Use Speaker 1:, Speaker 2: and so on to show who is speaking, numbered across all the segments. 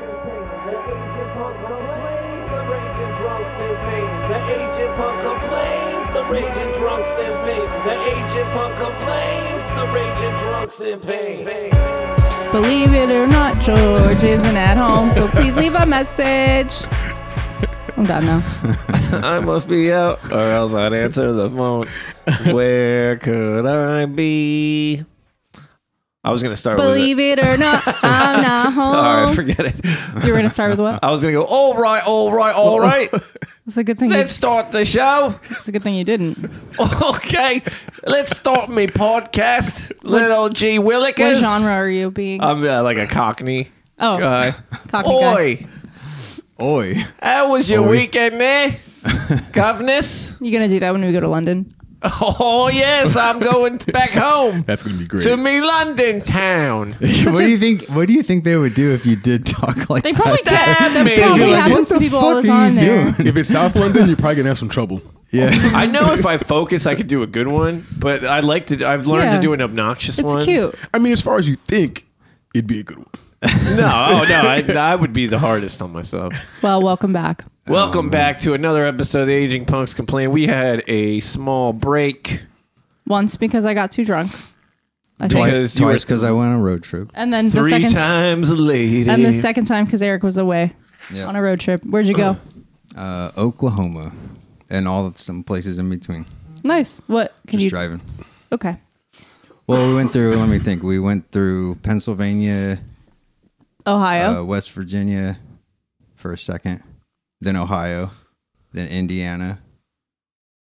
Speaker 1: The agent punk complains, the raging drunks in pain. The agent punk complains, the raging drunks in pain. The agent punk complains, the raging drunks in pain.
Speaker 2: Believe it or not, George isn't at home, so please leave a message. I'm done now.
Speaker 3: I must be out, or else I'd answer the phone. Where could I be? I was gonna start
Speaker 2: Believe it or not, I'm not
Speaker 3: with it. All right,
Speaker 2: home.
Speaker 3: forget it.
Speaker 2: you were gonna start with what?
Speaker 3: I was gonna go. All right, all right, all right.
Speaker 2: It's a good thing. You,
Speaker 3: Let's start the show.
Speaker 2: it's a good thing you didn't.
Speaker 3: Okay, let's start me podcast. Little G
Speaker 2: What
Speaker 3: Willikers.
Speaker 2: genre are you being?
Speaker 3: I'm uh, like a Cockney
Speaker 2: oh,
Speaker 3: guy.
Speaker 2: cocky guy.
Speaker 3: Oi,
Speaker 4: Oi.
Speaker 3: how was your weekend there, governess?
Speaker 2: You're gonna do that when we go to London.
Speaker 3: Oh yes, I'm going back home.
Speaker 4: That's gonna be great.
Speaker 3: to me London town.
Speaker 4: what
Speaker 2: such a-
Speaker 4: do you think? What do you think they would do if you did talk like
Speaker 2: They
Speaker 4: that?
Speaker 2: probably
Speaker 3: Stab
Speaker 2: get, that
Speaker 3: me.
Speaker 2: probably
Speaker 3: You're like,
Speaker 2: happens to people all the time there.
Speaker 4: doing?
Speaker 5: If it's South London, you're probably gonna have some trouble.
Speaker 4: Yeah,
Speaker 3: I know if I focus, I could do a good one, but I like to. I've learned
Speaker 2: Yeah.
Speaker 3: to do an obnoxious
Speaker 2: It's
Speaker 3: one.
Speaker 2: cute.
Speaker 5: I mean, as far as you think, it'd be a good one.
Speaker 3: No, oh no, I, I would be the hardest on myself.
Speaker 2: Well, welcome back.
Speaker 4: Um,
Speaker 3: Welcome back to another episode of Aging Punks Complain. We had a small break.
Speaker 2: Once because I got too drunk. I
Speaker 3: Twice.
Speaker 2: think.
Speaker 3: Because you
Speaker 4: twice
Speaker 3: were-
Speaker 4: because I went on a road trip.
Speaker 2: And then the
Speaker 3: Three
Speaker 2: second
Speaker 3: times a lady.
Speaker 2: and the second time because Eric was away on a road trip. Where'd you go?
Speaker 4: Uh, Oklahoma, and all of some places in between.
Speaker 2: nice. What can
Speaker 4: Just
Speaker 2: you?
Speaker 4: driving.
Speaker 2: Okay.
Speaker 4: Well, we went through. let me think. We went through Pennsylvania,
Speaker 2: Ohio.
Speaker 4: uh, West Virginia, for a second, then Ohio, then Indiana,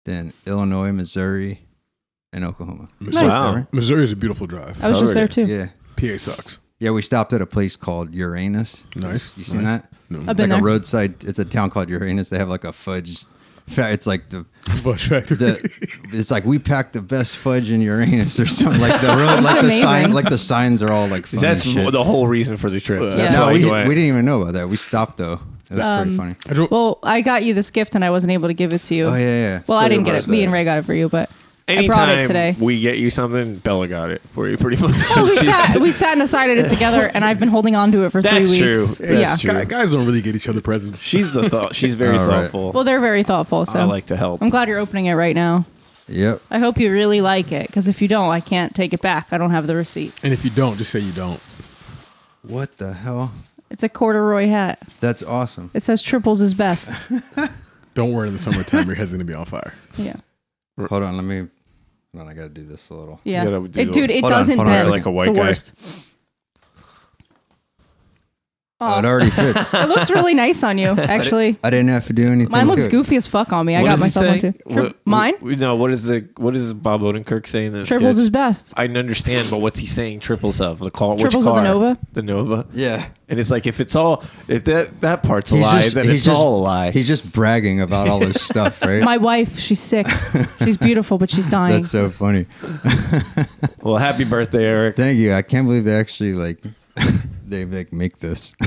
Speaker 4: then Illinois, Missouri, and Oklahoma.
Speaker 2: nice.
Speaker 3: Wow.
Speaker 5: Missouri is a beautiful drive.
Speaker 2: I was just there too.
Speaker 4: Yeah,
Speaker 5: PA sucks.
Speaker 4: yeah. We stopped at a place called Uranus.
Speaker 5: Nice.
Speaker 4: You seen
Speaker 5: Nice.
Speaker 4: that?
Speaker 2: I've been
Speaker 4: It's like a
Speaker 2: there.
Speaker 4: roadside. It's a town called Uranus. They have like a fudge. fa- It's like the
Speaker 5: Fudge Factory.
Speaker 4: the. It's like we packed the best fudge in Uranus or something. Like the road, like the
Speaker 2: amazing.
Speaker 4: sign, like the signs are all like. Funny
Speaker 3: That's
Speaker 4: shit. Uh,
Speaker 3: the whole reason for the trip. That's
Speaker 4: no,
Speaker 3: why
Speaker 4: we,
Speaker 3: you
Speaker 4: we
Speaker 3: went.
Speaker 4: didn't even know about that. We stopped though. It was
Speaker 2: Um,
Speaker 4: pretty funny.
Speaker 5: I drove,
Speaker 2: Well, I got you this gift and I wasn't able to give it to you.
Speaker 4: Oh yeah, yeah.
Speaker 2: Well, I
Speaker 3: Pretty
Speaker 2: didn't get it.
Speaker 3: much
Speaker 2: Me
Speaker 3: that.
Speaker 2: and Ray got it for you, but I
Speaker 3: Anytime
Speaker 2: brought it today.
Speaker 3: we get you something, Bella got it for you, pretty much.
Speaker 2: Oh, we
Speaker 3: She's-
Speaker 2: sat we sat and decided it together, and I've been holding on to it for
Speaker 3: That's
Speaker 2: three
Speaker 3: true.
Speaker 2: weeks. yeah.
Speaker 3: That's true.
Speaker 5: guy- guys don't really get each other presents.
Speaker 3: She's the thought. She's very
Speaker 4: All right.
Speaker 3: thoughtful.
Speaker 2: Well, they're very thoughtful. So
Speaker 3: I like to help.
Speaker 2: I'm glad you're opening it right now.
Speaker 4: Yep.
Speaker 2: I hope you really like it, because if you don't, I can't take it back. I don't have the receipt.
Speaker 5: And if you don't, just say you don't.
Speaker 4: What the hell?
Speaker 2: It's a corduroy hat.
Speaker 4: That's awesome.
Speaker 2: It says triples is best.
Speaker 5: Don't worry, in the summertime, your head's gonna be on fire.
Speaker 2: Yeah.
Speaker 4: Hold on, let me. Hold on, I gotta do this a little.
Speaker 2: Yeah.
Speaker 3: You gotta do
Speaker 2: It- dude, it
Speaker 4: Hold on,
Speaker 2: doesn't
Speaker 4: hold on a
Speaker 2: bend.
Speaker 4: second. Like
Speaker 3: a white
Speaker 2: it's the
Speaker 3: guy.
Speaker 2: worst.
Speaker 4: Oh, it
Speaker 2: Aw.
Speaker 4: already fits.
Speaker 2: it looks really nice on you, actually.
Speaker 4: I didn't have to do anything.
Speaker 2: Mine
Speaker 4: to
Speaker 2: looks
Speaker 4: it.
Speaker 2: goofy as fuck on me. I
Speaker 3: What does
Speaker 2: got
Speaker 3: he
Speaker 2: myself one
Speaker 3: say?
Speaker 2: too. Tri-
Speaker 3: What-
Speaker 2: mine?
Speaker 3: w- No. What is the what is Bob Odenkirk saying? In that
Speaker 2: Triples
Speaker 3: sketch?
Speaker 2: is best.
Speaker 3: I understand, but what's he saying? Triples of the car.
Speaker 2: Triples
Speaker 3: which
Speaker 2: of the
Speaker 3: car?
Speaker 2: Nova?
Speaker 3: The Nova.
Speaker 4: Yeah.
Speaker 3: And it's like if it's all if that that part's a lie, then it's all a lie.
Speaker 4: He's just bragging about all this stuff, right?
Speaker 2: My wife, she's sick. She's beautiful, but she's dying.
Speaker 4: That's uh, so funny.
Speaker 3: well, happy birthday, Eric.
Speaker 4: Thank you. I can't believe they actually like they like make this.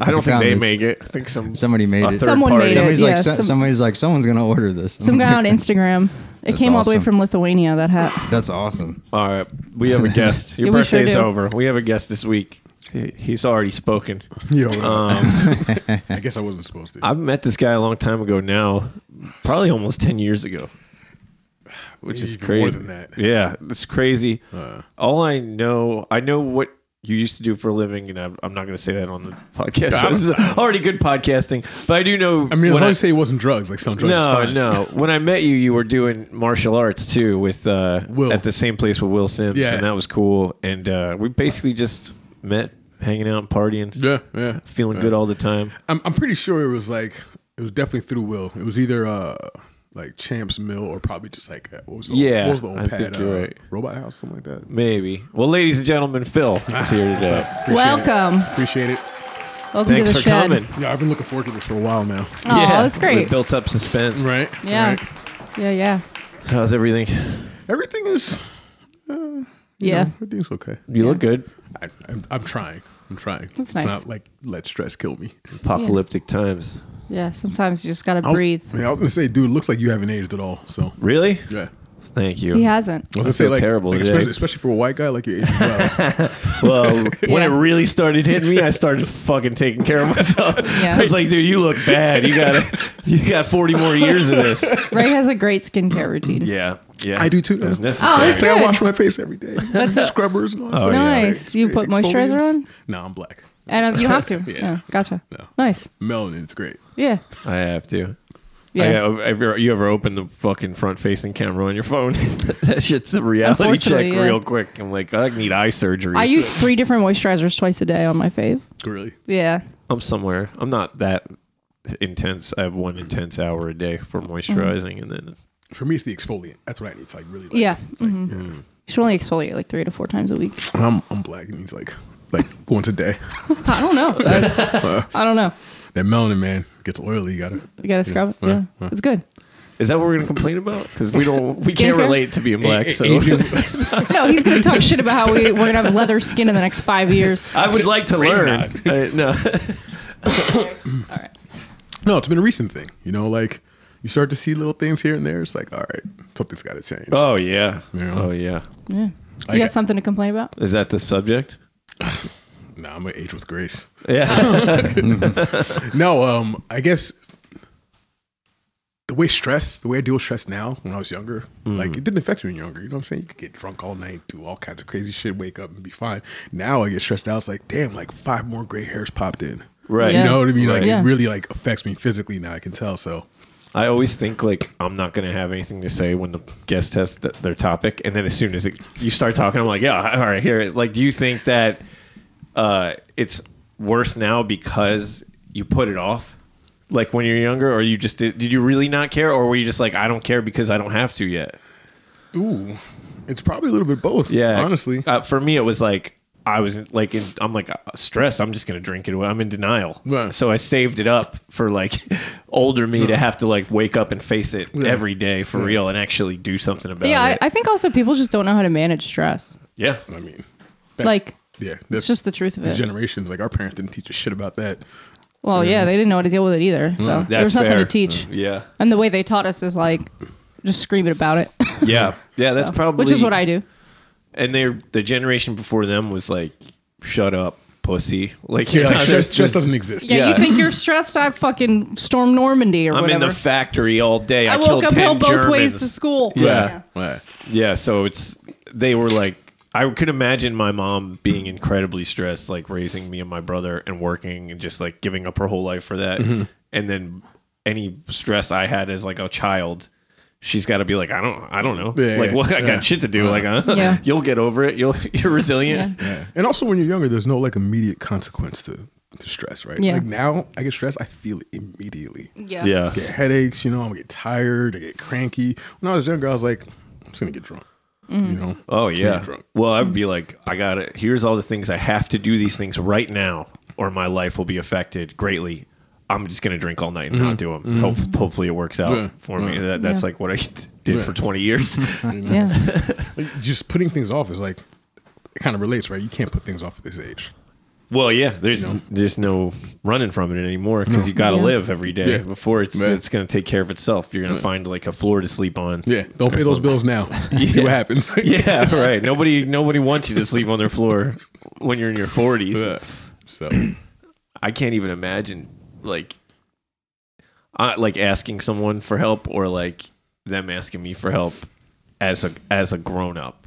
Speaker 3: I don't think
Speaker 4: found
Speaker 3: they
Speaker 4: this.
Speaker 3: make it. I think some
Speaker 4: Somebody made
Speaker 3: a
Speaker 4: it.
Speaker 3: third
Speaker 2: Someone
Speaker 3: party.
Speaker 2: made it.
Speaker 4: Somebody's like
Speaker 2: yeah,
Speaker 4: so-
Speaker 2: some-
Speaker 4: somebody's like someone's gonna order this.
Speaker 2: Some guy on Instagram. It
Speaker 4: That's
Speaker 2: came all the way
Speaker 4: awesome.
Speaker 2: from Lithuania, that hat.
Speaker 4: That's awesome.
Speaker 3: All right, we have a guest. Your
Speaker 2: Yeah, we sure
Speaker 3: birthday's
Speaker 2: do.
Speaker 3: over. We have a guest this week. He- He's already spoken.
Speaker 5: You don't know. I guess I wasn't supposed to.
Speaker 3: Um, I met this guy a long time ago now, probably almost 10 years ago, which is
Speaker 5: Even
Speaker 3: crazy.
Speaker 5: more than that.
Speaker 3: Yeah, it's crazy.
Speaker 5: Uh.
Speaker 3: All I know, I know what you used to do for a living, and I'm, I'm not going to say that on the podcast. So this is already good podcasting, but I do know.
Speaker 5: I mean,
Speaker 3: when
Speaker 5: as long as you say it wasn't drugs, like some drugs is
Speaker 3: no,
Speaker 5: fine.
Speaker 3: no. When I met you, you were doing martial arts too with uh,
Speaker 5: Will.
Speaker 3: at the same place with Will Sims,
Speaker 5: Yeah.
Speaker 3: and that was cool. And uh, we basically just met, hanging out, and partying,
Speaker 5: Yeah, yeah.
Speaker 3: feeling good all the time.
Speaker 5: I'm, I'm pretty sure it was like it was definitely through Will. It was either uh like Champs Mill or probably just like uh, what was the
Speaker 3: Yeah,
Speaker 5: old, what was the old
Speaker 3: I
Speaker 5: pad
Speaker 3: think you're
Speaker 5: uh,
Speaker 3: right.
Speaker 5: Robot House something like that.
Speaker 3: Maybe. Well, ladies and gentlemen, Phil is here today.
Speaker 5: Appreciate
Speaker 2: Welcome.
Speaker 5: It. Appreciate it.
Speaker 2: Welcome
Speaker 3: Thanks
Speaker 2: to the
Speaker 3: for
Speaker 2: shed.
Speaker 3: coming.
Speaker 5: Yeah, I've been looking forward to this for a while now.
Speaker 2: Oh, that's
Speaker 3: We
Speaker 2: great.
Speaker 3: built up suspense.
Speaker 5: Right?
Speaker 2: Yeah.
Speaker 5: Right.
Speaker 2: Yeah, yeah.
Speaker 3: How's everything?
Speaker 5: Everything is
Speaker 2: Yeah.
Speaker 5: everything's okay.
Speaker 3: You look good.
Speaker 5: I, I'm, I'm trying. I'm trying.
Speaker 2: That's
Speaker 5: it's
Speaker 2: nice.
Speaker 5: not like let stress kill me.
Speaker 3: Apocalyptic times.
Speaker 2: Yeah. Sometimes you just gotta
Speaker 5: I was,
Speaker 2: breathe.
Speaker 5: I, mean, I was gonna say, dude, it looks like you haven't aged at all. So
Speaker 3: Really?
Speaker 5: yeah,
Speaker 3: Thank you.
Speaker 2: He hasn't.
Speaker 5: I was gonna
Speaker 3: That's so
Speaker 5: say like,
Speaker 3: terrible,
Speaker 5: like
Speaker 3: Jake.
Speaker 5: especially, especially for a white guy like your Asian brother.
Speaker 3: Well, when it
Speaker 2: Yeah.
Speaker 3: really started hitting me, I started fucking taking care of myself.
Speaker 2: Yeah.
Speaker 3: I was like, dude, you look bad. You got you got 40 more years of this.
Speaker 2: Ray has a great skincare routine.
Speaker 3: Yeah. Yeah.
Speaker 5: I do too.
Speaker 3: It was
Speaker 2: Oh,
Speaker 3: necessary.
Speaker 2: it's
Speaker 5: Say I
Speaker 2: good.
Speaker 5: wash my face every day.
Speaker 2: That's a-
Speaker 5: Scrubbers and all that stuff.
Speaker 3: yeah.
Speaker 2: Nice. You put moisturizer on?
Speaker 5: No, I'm black.
Speaker 2: I don't, you don't have to. yeah. Gotcha.
Speaker 5: No.
Speaker 2: Nice.
Speaker 5: Melanin's great.
Speaker 2: Yeah.
Speaker 3: I have to. I
Speaker 2: Yeah.
Speaker 3: got- ever- you ever open the fucking front facing camera on your phone? that shit's a reality check
Speaker 2: Unfortunately, yeah.
Speaker 3: real quick. I'm like, I need eye surgery.
Speaker 2: I use three different moisturizers twice a day on my face.
Speaker 5: Really?
Speaker 2: Yeah.
Speaker 3: I'm somewhere. I'm not that intense. I have one intense hour a day for moisturizing,
Speaker 2: Mm-hmm.
Speaker 3: and then
Speaker 5: For me, it's the exfoliant. That's what I need. It's like really. Like,
Speaker 2: Yeah. hmm You should only exfoliate like three to four times a week.
Speaker 5: I'm, I'm black, and he's like, like once a day.
Speaker 2: I don't know. That's- I don't know.
Speaker 5: That melanin man gets oily. You gotta.
Speaker 2: You gotta scrub it. Yeah. It's good.
Speaker 3: is that what we're gonna complain about? Because we don't, we can't
Speaker 2: Skincare?
Speaker 3: relate to being black. So
Speaker 2: No, he's gonna talk shit about how we, we're gonna have leather skin in the next five years.
Speaker 3: I would like to
Speaker 5: Ray's
Speaker 3: learn. I- no,
Speaker 5: No, it's been a recent thing. You know, like you start to see little things here and there. It's like, all right, something's got to change.
Speaker 3: oh yeah,
Speaker 5: Yeah.
Speaker 3: oh yeah.
Speaker 2: Yeah. You got something to complain about?
Speaker 3: Is that the subject?
Speaker 5: No, I'm gonna age with grace.
Speaker 3: Yeah,
Speaker 5: No, um, I guess the way stress, the way I deal with stress now when I was younger,
Speaker 3: Mm.
Speaker 5: like it didn't affect me when you were younger. You know what I'm saying? You could get drunk all night, do all kinds of crazy shit, wake up and be fine. Now I get stressed out. It's like, damn, like five more gray hairs popped in.
Speaker 3: right.
Speaker 5: You
Speaker 2: Yeah.
Speaker 5: know what I mean? Like
Speaker 2: Yeah.
Speaker 5: it really like affects me physically now. I can tell. So
Speaker 3: I always think like I'm not gonna have anything to say when the guest has th- their topic, and then as soon as it, you start talking, I'm like, yeah, all right, here. Like, do you think that uh, it's worse now because you put it off? Like when you're younger, or you just did, did you really not care, or were you just like I don't care because I don't have to yet?
Speaker 5: ooh, it's probably a little bit both.
Speaker 3: Yeah,
Speaker 5: honestly.
Speaker 3: uh, for me it was like I was in- like in, I'm like uh, stress. I'm just gonna drink it. away. I'm in denial.
Speaker 5: Right.
Speaker 3: So I saved it up for like older me to have to like wake up and face it every day for real and actually do something about
Speaker 2: Yeah, I,
Speaker 3: it.
Speaker 2: I think also people just don't know how to manage stress.
Speaker 3: yeah.
Speaker 5: I mean,
Speaker 2: Like,
Speaker 5: yeah, that's
Speaker 2: it's just the truth of
Speaker 5: these
Speaker 2: it.
Speaker 5: generations. Like our parents didn't teach us shit about that.
Speaker 2: Well, yeah, they didn't know how to deal with it either. So
Speaker 3: That's
Speaker 2: there's nothing
Speaker 3: fair.
Speaker 2: to teach.
Speaker 3: Yeah.
Speaker 2: And the way they taught us is like, just screaming about it.
Speaker 3: Yeah. Yeah. That's probably
Speaker 2: Which is what I do.
Speaker 3: And they the generation before them was like, shut up, pussy. Like
Speaker 5: Yeah,
Speaker 3: you're
Speaker 5: like
Speaker 3: not-
Speaker 5: stress, stress doesn't exist.
Speaker 2: Yeah,
Speaker 3: Yeah.
Speaker 2: you think you're stressed? I fucking storm Normandy or
Speaker 3: I'm in
Speaker 2: whatever.
Speaker 3: the factory all day. I,
Speaker 2: I
Speaker 3: killed
Speaker 2: woke up
Speaker 3: 10
Speaker 2: hill both
Speaker 3: Germans.
Speaker 2: ways to school.
Speaker 3: Yeah.
Speaker 5: Right.
Speaker 3: Yeah, so it's they were like I could imagine my mom being incredibly stressed, like raising me and my brother and working and just like giving up her whole life for that.
Speaker 5: Mm-hmm.
Speaker 3: And then any stress I had as like a child, she's got to be like, I don't, I don't know,
Speaker 5: Yeah,
Speaker 3: like
Speaker 5: yeah,
Speaker 3: well, I
Speaker 5: yeah. Uh-huh.
Speaker 3: got shit to do. Like, huh?
Speaker 2: Yeah.
Speaker 3: you'll get over it. You'll you're resilient.
Speaker 5: Yeah. And also, when you're younger, there's no like immediate consequence to, to stress, right?
Speaker 2: Yeah.
Speaker 5: Like now, I get stressed, I feel it immediately.
Speaker 2: Yeah.
Speaker 3: Yeah,
Speaker 5: Get headaches, you know, I'm gonna get tired, I get cranky. When I was younger, I was like, I'm just gonna get drunk,
Speaker 2: Mm.
Speaker 5: you know?
Speaker 3: Oh yeah.
Speaker 5: drunk.
Speaker 3: Well,
Speaker 2: Hmm.
Speaker 3: I'd be like, I got to Here's all the things I have to do these things right now, or my life will be affected greatly. I'm just gonna drink all night and not do them. hopefully, it works out
Speaker 5: Yeah.
Speaker 3: for me. That, that's
Speaker 2: Hmm. Yeah.
Speaker 3: like what I did for 20 years.
Speaker 2: Yeah.
Speaker 5: Like, just putting things off is like, it kind of relates, right? You can't put things off at this age.
Speaker 3: well, yeah. There's there's no running from it anymore because you got to
Speaker 2: Yeah.
Speaker 3: live every day
Speaker 5: Yeah.
Speaker 3: before it's
Speaker 5: Man.
Speaker 3: it's gonna take care of itself. You're gonna find like a floor to sleep on.
Speaker 5: Yeah. Don't pay those bills now. See what happens.
Speaker 3: Yeah, right. Nobody nobody wants you to sleep on their floor when you're in your 40s.
Speaker 5: Yeah. So,
Speaker 3: I can't even imagine like I, like asking someone for help or like them asking me for help as a as a grown up.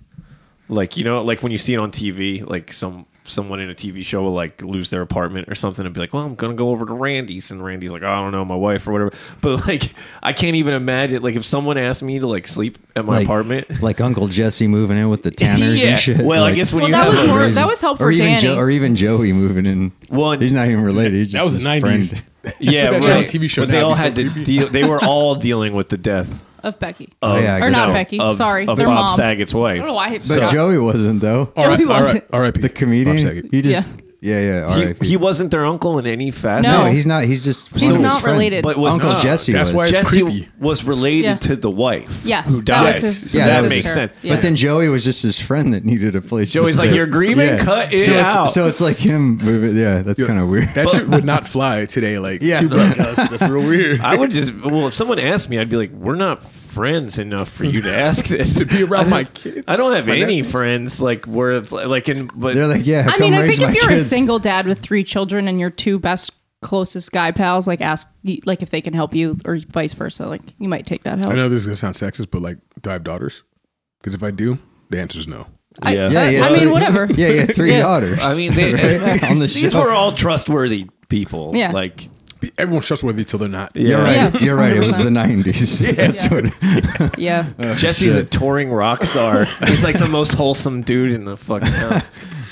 Speaker 3: Like you know, like when you see it on TV, like some someone in a TV show will like lose their apartment or something and be like, "Well, I'm gonna go over to Randy's," and Randy's like, "Oh, "I don't know, my wife or whatever." But like, I can't even imagine like if someone asked me to like sleep at my
Speaker 4: Like-
Speaker 3: apartment.
Speaker 4: Like Uncle Jesse moving in with the Tanners
Speaker 3: Yeah.
Speaker 4: and shit.
Speaker 3: Well, I
Speaker 4: like-
Speaker 3: guess when
Speaker 2: Well,
Speaker 3: you
Speaker 2: that
Speaker 3: have
Speaker 2: was
Speaker 3: a-
Speaker 2: more- that was help
Speaker 4: or
Speaker 2: for
Speaker 4: even
Speaker 2: Danny.
Speaker 4: Joe, or even Joey moving in.
Speaker 3: Well, and-
Speaker 4: he's not even related. He's
Speaker 5: that
Speaker 4: just
Speaker 5: was the
Speaker 4: a
Speaker 5: 90s.
Speaker 4: friend.
Speaker 3: yeah,
Speaker 5: Put that shit on
Speaker 3: right.
Speaker 5: TV show
Speaker 3: But
Speaker 5: now,
Speaker 3: they
Speaker 5: it'd
Speaker 3: all
Speaker 5: be so
Speaker 3: had to
Speaker 5: creepy.
Speaker 3: deal. They were all dealing with the death
Speaker 2: Of Becky.
Speaker 4: Oh, yeah, I
Speaker 2: or
Speaker 4: guess
Speaker 2: not
Speaker 4: so.
Speaker 2: Becky.
Speaker 3: of,
Speaker 2: Sorry.
Speaker 3: of
Speaker 2: Their
Speaker 3: Bob
Speaker 2: mom.
Speaker 3: Saget's wife.
Speaker 2: I don't know why.
Speaker 4: But Joey wasn't though.
Speaker 5: all right,
Speaker 2: he
Speaker 5: all right,
Speaker 2: wasn't.
Speaker 5: all right,
Speaker 4: The comedian. He just
Speaker 2: Yeah.
Speaker 4: yeah yeah. All
Speaker 3: he,
Speaker 4: right.
Speaker 3: he wasn't their uncle in any fashion.
Speaker 4: no,
Speaker 2: No.
Speaker 4: he's not. He's just one
Speaker 2: He's
Speaker 4: of his
Speaker 2: not
Speaker 4: friends.
Speaker 2: related.
Speaker 3: But was
Speaker 4: Uncle
Speaker 3: not.
Speaker 4: Jesse.
Speaker 5: That's
Speaker 4: was.
Speaker 5: why it's
Speaker 3: Jesse
Speaker 5: creepy.
Speaker 3: was related
Speaker 2: Yeah.
Speaker 3: to the wife.
Speaker 2: Yes,
Speaker 3: who
Speaker 2: that was
Speaker 3: dies.
Speaker 2: his-
Speaker 3: so
Speaker 4: Yeah,
Speaker 3: that
Speaker 4: his
Speaker 3: makes
Speaker 2: sister.
Speaker 3: sense.
Speaker 2: Yeah.
Speaker 4: But then Joey was just his friend that needed a place.
Speaker 3: Joey's
Speaker 4: just
Speaker 3: like,
Speaker 4: to-
Speaker 3: "You're grieving? Cut it
Speaker 4: so it's-
Speaker 3: out."
Speaker 4: So it's like him moving. Yeah, that's kind of weird.
Speaker 5: That shit would not fly today. Like,
Speaker 4: Yeah.
Speaker 5: she'd be like, "Oh, that's, that's real weird.
Speaker 3: I would just well, if someone asked me, I'd be like, "We're not friends enough for you to ask this to be
Speaker 5: around my kids,
Speaker 3: I don't have
Speaker 5: my
Speaker 3: any
Speaker 5: nephews.
Speaker 3: friends like where it's like, like in but
Speaker 4: They're like, yeah.
Speaker 2: I mean,
Speaker 4: come
Speaker 2: I
Speaker 4: raise
Speaker 2: think if
Speaker 4: my
Speaker 2: you're a
Speaker 4: kids.
Speaker 2: single dad with three children and your two best closest guy pals, like ask like if they can help you or vice versa, like you might take that help.
Speaker 5: I know this is gonna sound sexist, but like, do I have daughters? Because if I do, the answer is no.
Speaker 2: I,
Speaker 3: Yeah.
Speaker 2: I-
Speaker 4: Yeah, yeah,
Speaker 2: I mean,
Speaker 4: three-
Speaker 2: whatever.
Speaker 4: Yeah, yeah, three
Speaker 2: Yeah.
Speaker 4: daughters.
Speaker 3: I mean they,
Speaker 4: on the
Speaker 3: these
Speaker 4: show.
Speaker 3: were all trustworthy people.
Speaker 2: Yeah.
Speaker 3: Like
Speaker 5: Be- Everyone's trustworthy till they're not.
Speaker 4: You're right.
Speaker 2: Yeah.
Speaker 4: You're right. It was the
Speaker 2: 100%.
Speaker 4: '90s. That's what.
Speaker 2: Yeah.
Speaker 4: Oh,
Speaker 3: Jesse's a touring rock star. He's like the most wholesome dude in the fucking house.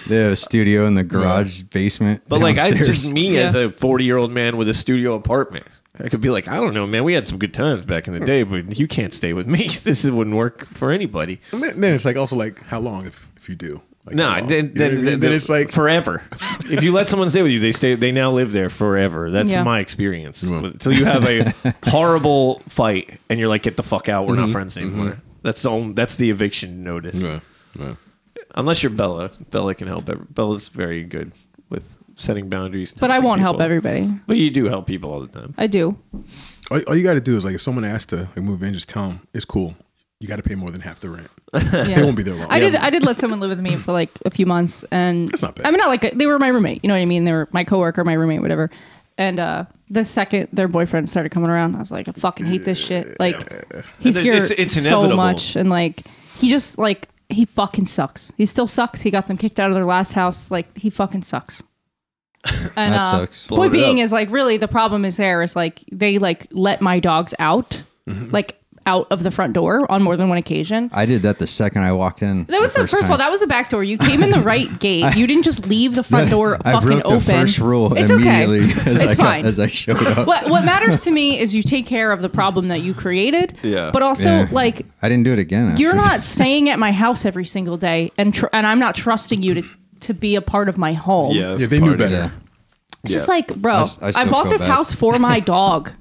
Speaker 4: The studio in the garage basement.
Speaker 3: But like I
Speaker 4: downstairs.
Speaker 3: just me as
Speaker 2: Yeah.
Speaker 3: a forty year old man with a studio apartment. I could be like, I don't know, man. We had some good times back in the day, but you can't stay with me. This wouldn't work for anybody.
Speaker 5: And then then it's like also like how long if, if you do? Like,
Speaker 3: No,
Speaker 5: how long?
Speaker 3: then,
Speaker 5: You know what I
Speaker 3: then,
Speaker 5: mean?
Speaker 3: then,
Speaker 5: then it's like
Speaker 3: forever. if you let someone stay with you, they stay. They now live there forever. That's
Speaker 2: Yeah.
Speaker 3: my experience. Until you have a horrible fight and you're like, get the fuck out. We're not friends anymore. That's the only, that's the eviction notice.
Speaker 5: Mm-hmm. Yeah, yeah.
Speaker 3: Unless you're Bella. Bella can help. every- Bella's very good with setting boundaries.
Speaker 2: But I won't help
Speaker 3: people.
Speaker 2: everybody.
Speaker 3: But you do help people all the time.
Speaker 2: I do.
Speaker 5: All, all you got to do is like if someone asks to like, move in, just tell them it's cool. You got to pay more than half the rent. They
Speaker 2: Yeah.
Speaker 5: won't be there long.
Speaker 2: I did. I did let someone live with me for like a few months, and
Speaker 5: That's not bad.
Speaker 2: I mean, not like they were my roommate. You know what I mean? They were my coworker, my roommate, whatever. And uh, the second their boyfriend started coming around, I was like, I fucking hate this shit. Like, he's
Speaker 3: It's-
Speaker 2: scared
Speaker 3: it's- it's
Speaker 2: so
Speaker 3: inevitable.
Speaker 2: much, and like, he just like he fucking sucks. He still sucks. He got them kicked out of their last house. Like, he fucking sucks. And,
Speaker 4: That
Speaker 2: uh,
Speaker 4: sucks.
Speaker 3: Blown
Speaker 2: Point
Speaker 3: it
Speaker 2: being
Speaker 3: up.
Speaker 2: is like really the problem is there is like they like let my dogs out,
Speaker 3: Mm-hmm.
Speaker 2: like out of the front door on more than one occasion.
Speaker 4: I did that the second I walked in.
Speaker 2: That was the first, of all.
Speaker 4: time.
Speaker 2: That was the back door. You came in the right gate. you didn't just leave the front door
Speaker 4: I
Speaker 2: fucking
Speaker 4: broke
Speaker 2: open.
Speaker 4: the first rule
Speaker 2: it's
Speaker 4: immediately
Speaker 2: okay.
Speaker 4: as
Speaker 2: it's
Speaker 4: I got-
Speaker 2: fine.
Speaker 4: as I showed up.
Speaker 2: what What matters to me is you take care of the problem that you created.
Speaker 3: Yeah.
Speaker 2: But also,
Speaker 4: Yeah.
Speaker 2: like,
Speaker 4: I didn't do it again.
Speaker 2: you're
Speaker 4: after
Speaker 2: not staying at my house every single day, and tr- and I'm not trusting you to to be a part of my home.
Speaker 5: yeah, they knew
Speaker 4: that.
Speaker 5: better.
Speaker 4: Yeah.
Speaker 2: It's just like, bro,
Speaker 4: I
Speaker 2: I,
Speaker 4: still
Speaker 2: bought
Speaker 4: feel
Speaker 2: this
Speaker 4: bad.
Speaker 2: house for my dog.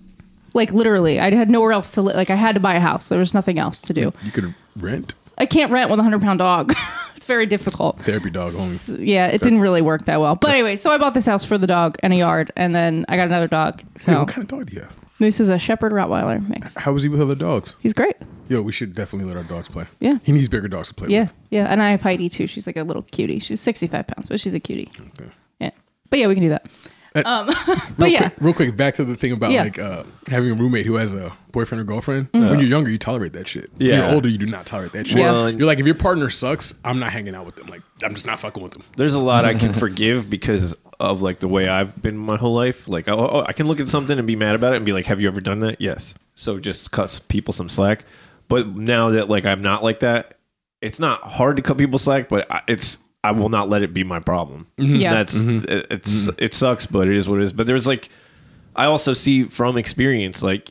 Speaker 2: Like literally, I had nowhere else to live. Like I had to buy a house. There was nothing else to do.
Speaker 5: You could rent
Speaker 2: I can't rent with a hundred pound dog. it's very difficult.
Speaker 5: therapy dog only.
Speaker 2: yeah, it didn't really work that well. But anyway, so I bought this house for the dog and a yard, and then I got another dog.
Speaker 5: Wait,
Speaker 2: So
Speaker 5: what kind of dog do you have?
Speaker 2: Moose is a Shepherd Rottweiler mix.
Speaker 5: How was he with other dogs?
Speaker 2: He's great.
Speaker 5: Yo, we should definitely let our dogs play.
Speaker 2: Yeah.
Speaker 5: he needs bigger dogs to play
Speaker 2: Yeah,
Speaker 5: with.
Speaker 2: yeah. And I have Heidi too. She's like a little cutie. She's 65 pounds, but she's a cutie.
Speaker 5: Okay.
Speaker 2: Yeah. But yeah, we can do that.
Speaker 4: Uh,
Speaker 2: Um, but
Speaker 5: Real
Speaker 2: yeah,
Speaker 5: quick, real quick, back to the thing about
Speaker 2: Yeah. Mm-hmm.
Speaker 5: like uh, having a roommate who has a boyfriend or girlfriend. When you're younger, you tolerate that shit. When
Speaker 3: Yeah.
Speaker 5: you're older, you do not tolerate that shit.
Speaker 2: Well,
Speaker 5: you're like, if your partner sucks, I'm not hanging out with them. Like, I'm just not fucking with them.
Speaker 3: there's a lot I can forgive because of like the way I've been my whole life. Like, oh, oh, I can look at something and be mad about it and be like, "Have you ever done that?" Yes. So just cut people some slack. But now that like I'm not like that, it's not hard to cut people slack, but I, it's I will not let it be my problem.
Speaker 5: Mm-hmm.
Speaker 2: Yeah.
Speaker 3: That's it- it's it sucks, but it is what it is. But there's like I also see from experience like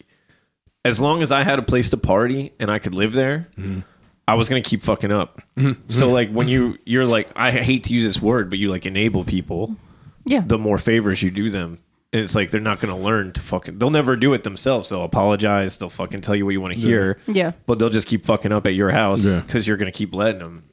Speaker 3: as long as I had a place to party and I could live there,
Speaker 5: Mm-hmm.
Speaker 3: I was gonna keep fucking up. So like when you you're like I hate to use this word, but you like enable people.
Speaker 2: yeah.
Speaker 3: The more favors you do them, and it's like they're not gonna learn to fucking. They'll never do it themselves. They'll apologize. They'll fucking tell you what you want to hear.
Speaker 2: Yeah.
Speaker 3: But they'll just keep fucking up at your house
Speaker 5: Yeah.
Speaker 3: because you're gonna keep letting them.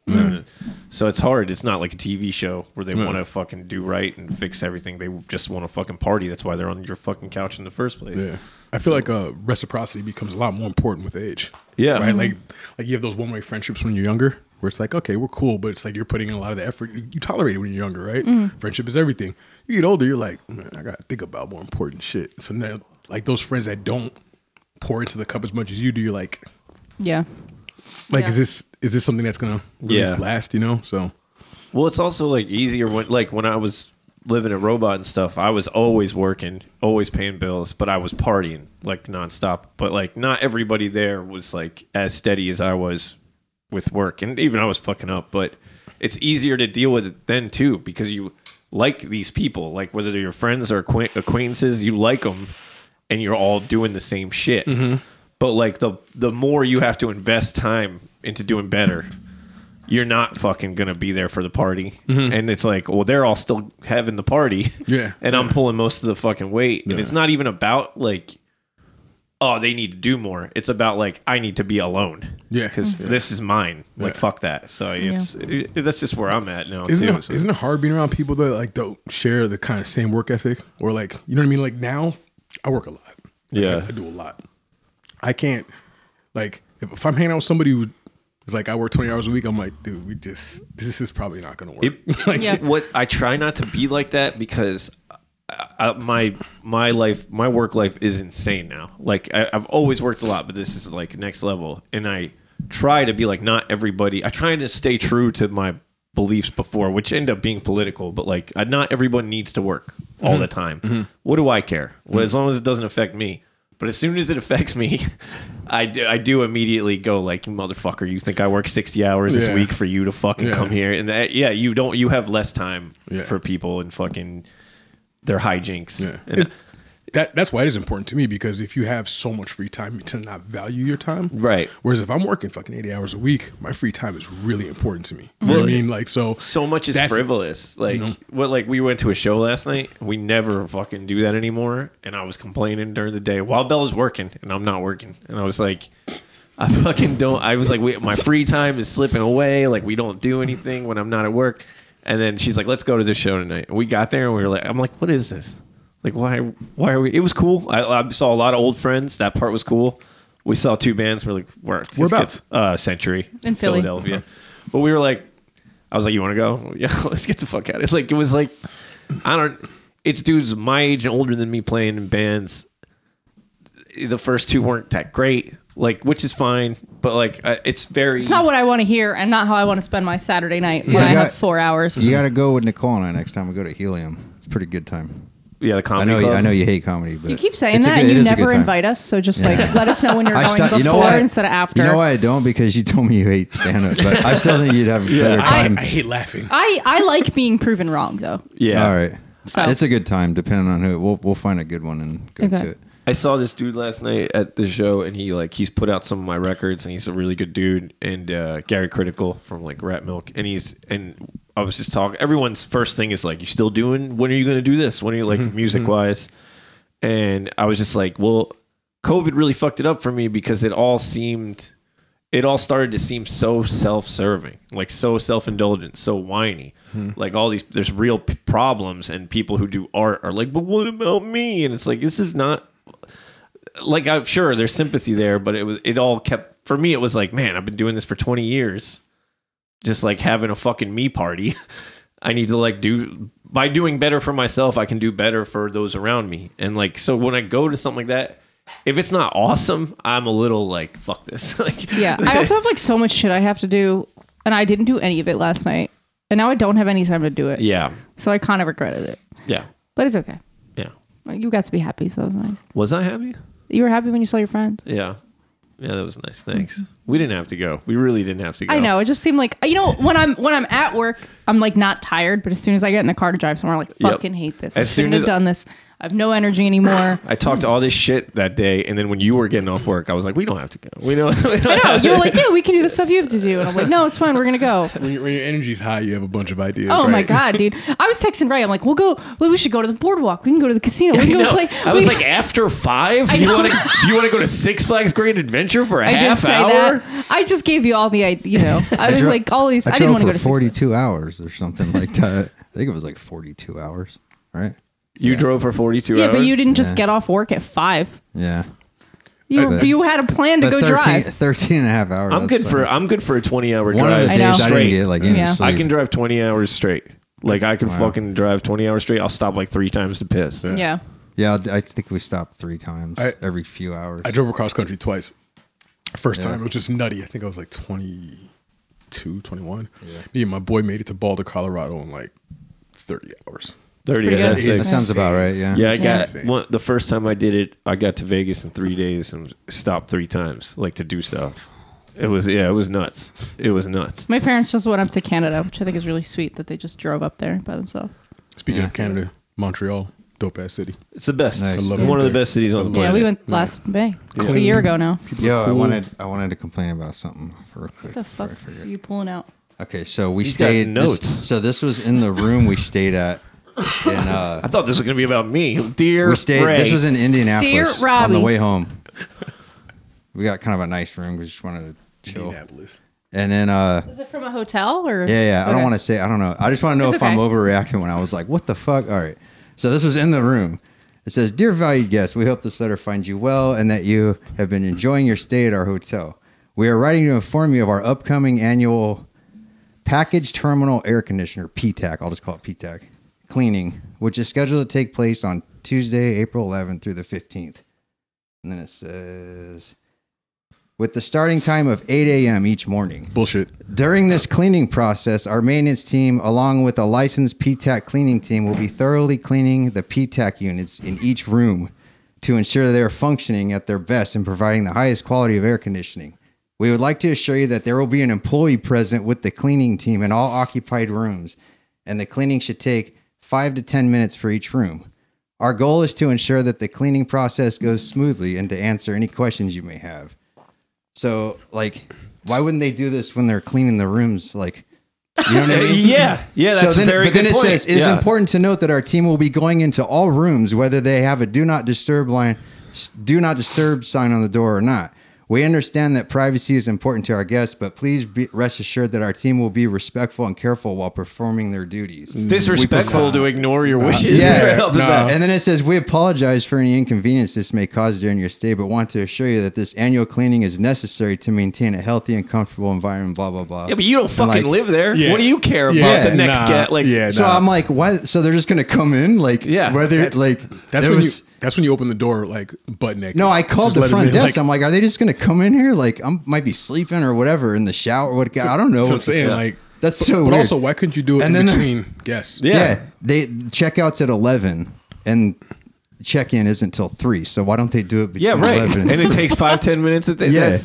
Speaker 3: So it's hard. It's not like a TV show where they want to fucking do right and fix everything. They just want to fucking party. That's why they're on your fucking couch in the first place.
Speaker 5: Yeah. I feel like uh, reciprocity becomes a lot more important with age.
Speaker 3: Yeah.
Speaker 5: Right? Like like you have those one way friendships when you're younger where it's like, okay, we're cool, but it's like you're putting in a lot of the effort. You, you tolerate it when you're younger, right? Friendship is everything. You get older, you're like, man, I gotta think about more important shit. So now like those friends that don't pour into the cup as much as you do, you're like
Speaker 2: yeah.
Speaker 5: like
Speaker 2: Yeah.
Speaker 5: is this is this something that's gonna really
Speaker 3: Yeah.
Speaker 5: last, you know? So
Speaker 3: Well, it's also like easier when like when I was living at Robot and stuff, I was always working, always paying bills, but I was partying like nonstop. But like not everybody there was like as steady as I was with work, and even I was fucking up. But it's easier to deal with it then too because you like these people, like whether they're your friends or acquaint- acquaintances, you like them, and you're all doing the same shit. But like the the more you have to invest time into doing better, you're not fucking gonna be there for the party. And it's like, well, they're all still having the party.
Speaker 5: Mm-hmm. Yeah.
Speaker 3: And I'm pulling most of the fucking weight. And it's not even about like, oh, they need to do more. It's about like, I need to be alone.
Speaker 5: Yeah.
Speaker 3: Because this is mine. Like,
Speaker 5: Yeah.
Speaker 3: fuck that. So it's it, that's just where I'm at now.
Speaker 5: Isn't
Speaker 3: too.
Speaker 5: it,
Speaker 3: So-
Speaker 5: isn't it hard being around people that like don't share the kind of same work ethic or like you know what I mean? Like now, I work a lot.
Speaker 3: Yeah.
Speaker 5: I, I do a lot. I can't like if, if I'm hanging out with somebody who is like, I work 20 hours a week, I'm like, dude, we just, this is probably not going to work.
Speaker 3: It-
Speaker 5: like,
Speaker 2: Yeah.
Speaker 3: What I try not to be like that because I, I, my my life, my work life is insane now. Like I, I've always worked a lot, but this is like next level. And I try to be like not everybody. I try to stay true to my beliefs before, which end up being political. But like, I, not everyone needs to work all
Speaker 5: Mm-hmm.
Speaker 3: the time. What do I care? Well, as long as it doesn't affect me. But as soon as it affects me, I do, I do immediately go like, "You motherfucker! You think I work sixty hours this
Speaker 5: Yeah.
Speaker 3: week for you to fucking
Speaker 5: Yeah.
Speaker 3: come here?" here and that, yeah you don't you have less time
Speaker 5: Yeah.
Speaker 3: for people and fucking their hijinks
Speaker 5: Yeah.
Speaker 3: and
Speaker 5: that that's why it is important to me because if you have so much free time, you tend to not value your time.
Speaker 3: Right.
Speaker 5: Whereas if I'm working fucking eighty hours a week, my free time is really important to me. You know what I mean? Like so
Speaker 3: so much is
Speaker 5: That's-
Speaker 3: frivolous like what like we went to a show last night we never fucking do that anymore and i was complaining during the day while bella's working and i'm not working and i was like i fucking don't i was like we, my free time is slipping away like we don't do anything when i'm not at work and then she's like let's go to this show tonight and we got there and we were like i'm like what is this like why why are we it was cool i, I saw a lot of old friends that part was cool we saw two bands we're like we're
Speaker 5: Whereabouts?
Speaker 3: uh century
Speaker 2: In Philly.
Speaker 3: philadelphia but we were like I was like, "You want to go? Yeah, let's get the fuck out." of It's like it was like I don't. It's dudes my age and older than me playing in bands. The first two weren't that great, like which is fine, but like uh, it's very
Speaker 2: It's not what I want to hear, and not how I want to spend my Saturday night when
Speaker 4: Yeah,
Speaker 2: I
Speaker 4: you
Speaker 2: have
Speaker 4: got-
Speaker 2: four hours.
Speaker 4: You got to go with Nicole and I next time we go to Helium. It's a pretty good time.
Speaker 3: yeah the
Speaker 4: I
Speaker 3: comedy
Speaker 4: know. You,
Speaker 3: club.
Speaker 4: I know you hate comedy, but
Speaker 2: You keep saying
Speaker 4: it's a
Speaker 2: that,
Speaker 4: good-
Speaker 2: and
Speaker 4: it
Speaker 2: you
Speaker 4: is a good
Speaker 2: never
Speaker 4: time.
Speaker 2: invite us. So just like let us know when you're
Speaker 4: I
Speaker 2: going
Speaker 4: sti-
Speaker 2: before
Speaker 4: you know why-
Speaker 2: instead of after.
Speaker 4: You know why I don't? Because you told me you hate stand up, but I still think you'd have a better
Speaker 5: I,
Speaker 4: time.
Speaker 5: I hate laughing.
Speaker 2: I I like being proven wrong though.
Speaker 3: yeah.
Speaker 4: All right.
Speaker 2: So-
Speaker 4: It's a good time, depending on who. We'll we'll find a good one and go
Speaker 2: Okay.
Speaker 4: to it.
Speaker 3: I saw this dude last night at the show, and he like he's put out some of my records, and he's a really good dude. And uh, Gary Critical from like Rat Milk, and he's and I was just talking. Everyone's first thing is like, "You still doing? When are you going to do this? When are you like music wise?" And I was just like, "Well, COVID really fucked it up for me because it all seemed." it all started to seem so self-serving, like so self-indulgent, so whiny. Like all these, there's real p- problems, and people who do art are like, "But what about me?" And it's like this is not like I'm sure there's sympathy there, but it was it all kept for me. It was like, man, I've been doing this for 20 years, just like having a fucking me party. I need to like do by doing better for myself, I can do better for those around me. And like, so when I go to something like that, if it's not awesome, I'm a little like, fuck this. like,
Speaker 2: Yeah. I also have like so much shit I have to do, and I didn't do any of it last night, and now I don't have any time to do it.
Speaker 3: Yeah.
Speaker 2: So I kind of regretted it,
Speaker 3: Yeah.
Speaker 2: but it's okay.
Speaker 3: Yeah.
Speaker 2: Like, You got to be happy, so that was nice.
Speaker 3: Was I happy?
Speaker 2: You were happy when you saw your friend.
Speaker 3: Yeah. Yeah, that was nice. Thanks. We didn't have to go. We really didn't have to go.
Speaker 2: Mm-hmm. I know. It just seemed like you know when I'm when I'm at work, I'm like not tired, but as soon as I get in the car to drive somewhere, I'm like
Speaker 3: Yep.
Speaker 2: fucking hate this. I
Speaker 3: As soon
Speaker 2: shouldn't have
Speaker 3: as-
Speaker 2: done this. I have no energy anymore.
Speaker 3: I talked all this shit that day, and then when you were getting off work, I was like, "We don't have to go. We don't." We don't
Speaker 2: I know. You were like, yeah, we can do the stuff you have to do, and I'm like, no, it's fine. We're gonna go.
Speaker 5: When, your- when your energy's high, you have a bunch of ideas.
Speaker 2: Oh my
Speaker 5: right?
Speaker 2: god, dude! I was texting Ray. I'm like, we'll go. Well, we should go to the boardwalk. We can go to the casino. We
Speaker 3: I,
Speaker 2: can go
Speaker 3: know.
Speaker 2: play.
Speaker 3: I was
Speaker 2: we-
Speaker 3: like, after five,
Speaker 2: I
Speaker 3: you
Speaker 2: know.
Speaker 3: want to you want to go to Six Flags Great Adventure for a
Speaker 2: I did
Speaker 3: half
Speaker 2: say
Speaker 3: hour?
Speaker 2: that. I just gave you all the idea. You know, I was
Speaker 4: dro-
Speaker 2: like, all these. I,
Speaker 4: I,
Speaker 2: didn't
Speaker 4: drove
Speaker 2: want to go
Speaker 4: for
Speaker 2: to Six Flags.
Speaker 4: 42 hours or something like that. I think it was like 42 hours, right?
Speaker 3: You drove for forty two
Speaker 2: Yeah,
Speaker 3: hours.
Speaker 2: but you didn't just get off work at five.
Speaker 4: Yeah.
Speaker 2: You
Speaker 4: But-
Speaker 2: you had a plan to go
Speaker 4: But 13,
Speaker 2: drive.
Speaker 4: 13 and a half hours.
Speaker 3: I'm good
Speaker 4: that's
Speaker 3: for
Speaker 4: like-
Speaker 3: I'm good for a twenty hour
Speaker 4: one of
Speaker 3: drive
Speaker 4: the
Speaker 2: I know.
Speaker 4: days I, didn't
Speaker 3: straight.
Speaker 4: get like any
Speaker 2: Yeah. I
Speaker 4: sleep.
Speaker 3: I can drive twenty hours straight. Like I can fucking drive twenty hours straight. I'll stop like three times to piss.
Speaker 2: Yeah.
Speaker 4: yeah, I I think we stopped three times
Speaker 5: I-
Speaker 4: every few hours.
Speaker 5: I drove across country twice. First time it was just nutty. I think I was like 22, 21. Yeah. Me and my boy made it to Boulder, Colorado in like 30 hours.
Speaker 3: Thirty
Speaker 2: Pretty
Speaker 3: out of
Speaker 2: good.
Speaker 4: that
Speaker 3: six.
Speaker 4: sounds about right. Yeah.
Speaker 3: Yeah, I got
Speaker 5: Insane.
Speaker 3: one, the first time I did it. I got to Vegas in three days and stopped three times, like to do stuff. It was yeah, it was nuts. It was nuts.
Speaker 2: My parents just went up to Canada, which I think is really sweet that they just drove up there by themselves.
Speaker 5: Speaking of Canada, Montreal, dope ass city.
Speaker 3: It's the best.
Speaker 4: Nice. I love
Speaker 5: it
Speaker 3: one of the
Speaker 5: there.
Speaker 3: best cities on the
Speaker 5: I
Speaker 3: planet.
Speaker 2: Yeah,
Speaker 5: love
Speaker 2: we went last May, a year ago now. What
Speaker 4: Yo, I
Speaker 5: Cool.
Speaker 4: wanted I wanted to complain about something for a quick.
Speaker 2: the
Speaker 4: before I
Speaker 2: fuck
Speaker 4: forget.
Speaker 2: are you pulling out?
Speaker 4: Okay, so we
Speaker 3: He's got
Speaker 4: stayed this-
Speaker 3: notes.
Speaker 4: so this was in the room we stayed at. In, uh,
Speaker 3: I thought this was gonna be about me, dear.
Speaker 4: we stayed.
Speaker 3: Ray.
Speaker 4: This was in Indianapolis
Speaker 2: Dear
Speaker 4: on the
Speaker 2: Robbie.
Speaker 4: way home. We got kind of a nice room. We just wanted to chill.
Speaker 5: Indianapolis.
Speaker 4: And then, uh,
Speaker 2: Is it from a hotel or?
Speaker 4: yeah, yeah. I don't want to say. I don't know. I just want to know
Speaker 2: It's
Speaker 4: if I'm
Speaker 2: okay.
Speaker 4: overreacting when I was like, "What the fuck?" All right. So this was in the room. It says, "Dear valued guest, we hope this letter finds you well and that you have been enjoying your stay at our hotel. We are writing to inform you of our upcoming annual package terminal air conditioner PTAC. I'll just call it PTAC cleaning, which is scheduled to take place on Tuesday, April 11th through the 15th. And then it says, with the starting time of 8 a.m. each morning.
Speaker 5: Bullshit.
Speaker 4: During this cleaning process, our maintenance team, along with a licensed PTAC cleaning team, will be thoroughly cleaning the PTAC units in each room to ensure that they are functioning at their best and providing the highest quality of air conditioning. We would like to assure you that there will be an employee present with the cleaning team in all occupied rooms, and the cleaning should take five to 10 minutes for each room. Our goal is to ensure that the cleaning process goes smoothly and to answer any questions you may have. So, like, why wouldn't they do this when they're cleaning the rooms? Like, you know what I mean?
Speaker 3: Yeah, yeah, that's
Speaker 4: so then,
Speaker 3: a very
Speaker 4: but then
Speaker 3: good
Speaker 4: it
Speaker 3: point.
Speaker 4: says it is
Speaker 3: Yeah.
Speaker 4: important to note that our team will be going into all rooms, whether they have a do not disturb line, s- do not disturb sign on the door or not. We understand that privacy is important to our guests, but please be, rest assured that our team will be respectful and careful while performing their duties.
Speaker 3: disrespectful to ignore your wishes.
Speaker 4: yeah.
Speaker 3: right off the
Speaker 5: Nah.
Speaker 3: bat.
Speaker 4: And then it says, We apologize for any inconvenience this may cause during your stay, but want to assure you that this annual cleaning is necessary to maintain a healthy and comfortable environment, blah, blah, blah.
Speaker 3: Yeah, but you don't
Speaker 4: And,
Speaker 3: fucking
Speaker 4: like,
Speaker 3: live there.
Speaker 5: Yeah.
Speaker 3: What do you care about
Speaker 5: Yeah,
Speaker 3: the next
Speaker 5: nah,
Speaker 3: guy? Like,
Speaker 5: yeah.
Speaker 4: So
Speaker 5: Nah.
Speaker 4: I'm like, why? So they're just gonna come in, like,
Speaker 3: Yeah,
Speaker 4: Whether
Speaker 5: that's-
Speaker 4: like
Speaker 5: That's
Speaker 4: there
Speaker 5: when
Speaker 4: was-
Speaker 5: you. That's when you open the door like butt naked.
Speaker 4: No, I
Speaker 5: Just
Speaker 4: called the
Speaker 5: let 'em
Speaker 4: front
Speaker 5: in,
Speaker 4: desk. I'm like, are they just gonna come in here? Like, I might be sleeping or whatever in the shower. What? I don't know.
Speaker 5: that's what I'm
Speaker 4: what the
Speaker 5: saying.
Speaker 4: fuck.
Speaker 5: Like
Speaker 4: that's
Speaker 5: but,
Speaker 4: so.
Speaker 5: But
Speaker 4: weird.
Speaker 5: also, why couldn't you do it
Speaker 4: And
Speaker 5: in
Speaker 4: then-
Speaker 5: between guests?
Speaker 3: Yeah.
Speaker 4: yeah. they checkouts at eleven and check in isn't till three. So why don't they do it? Between
Speaker 3: yeah, right.
Speaker 4: 11
Speaker 3: And it takes five, ten minutes. At the,
Speaker 4: yeah.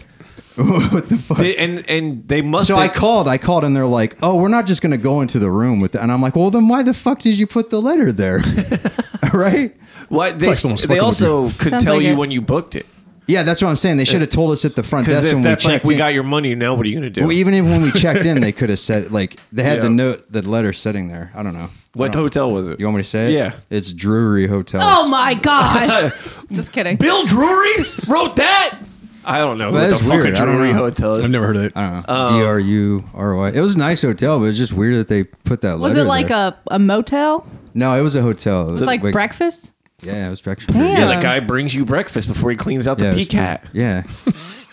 Speaker 4: what the fuck?
Speaker 3: They, and and they must.
Speaker 4: so
Speaker 3: have,
Speaker 4: I called. I called, and they're like, "Oh, we're not just gonna go into the room with." The, and I'm like, "Well, then why the fuck did you put the letter there?" right?
Speaker 3: Why they,
Speaker 5: Like someone's
Speaker 3: they
Speaker 5: fucking with
Speaker 3: also could
Speaker 2: Sounds
Speaker 3: tell
Speaker 2: like
Speaker 3: you
Speaker 2: it.
Speaker 3: when you booked it.
Speaker 4: Yeah, that's what I'm saying. They should have told us at the front
Speaker 3: Because
Speaker 4: desk
Speaker 3: if
Speaker 4: when
Speaker 3: that's
Speaker 4: we
Speaker 3: like
Speaker 4: checked
Speaker 3: we
Speaker 4: in.
Speaker 3: got your money, now what are you gonna do?
Speaker 4: well, even if- when we checked in, they could have said like they had the
Speaker 3: Yeah.
Speaker 4: note, the letter sitting there. I don't know.
Speaker 3: what hotel was it?
Speaker 4: You want me to say it?
Speaker 3: Yeah.
Speaker 4: it's Drury Hotel.
Speaker 2: Oh my god! Just kidding.
Speaker 3: Bill Drury wrote that. I don't know.
Speaker 4: Well,
Speaker 3: what
Speaker 4: that's
Speaker 3: the fuck
Speaker 4: weird.
Speaker 3: a
Speaker 4: I don't
Speaker 3: Drury
Speaker 4: know.
Speaker 3: hotel. is.
Speaker 5: I've never heard of it.
Speaker 4: I don't know. Uh,
Speaker 3: Oh.
Speaker 4: D R U R Y. It was a nice hotel, but it's just weird that they put that.
Speaker 2: Was it like a, a motel?
Speaker 4: No, it was a hotel. It was
Speaker 2: Like breakfast?
Speaker 4: Yeah, it was breakfast.
Speaker 2: Damn.
Speaker 3: yeah,
Speaker 2: Yeah.
Speaker 3: the guy brings you breakfast before he cleans out the
Speaker 4: Yeah, it was
Speaker 3: PCAT.
Speaker 4: pretty- yeah.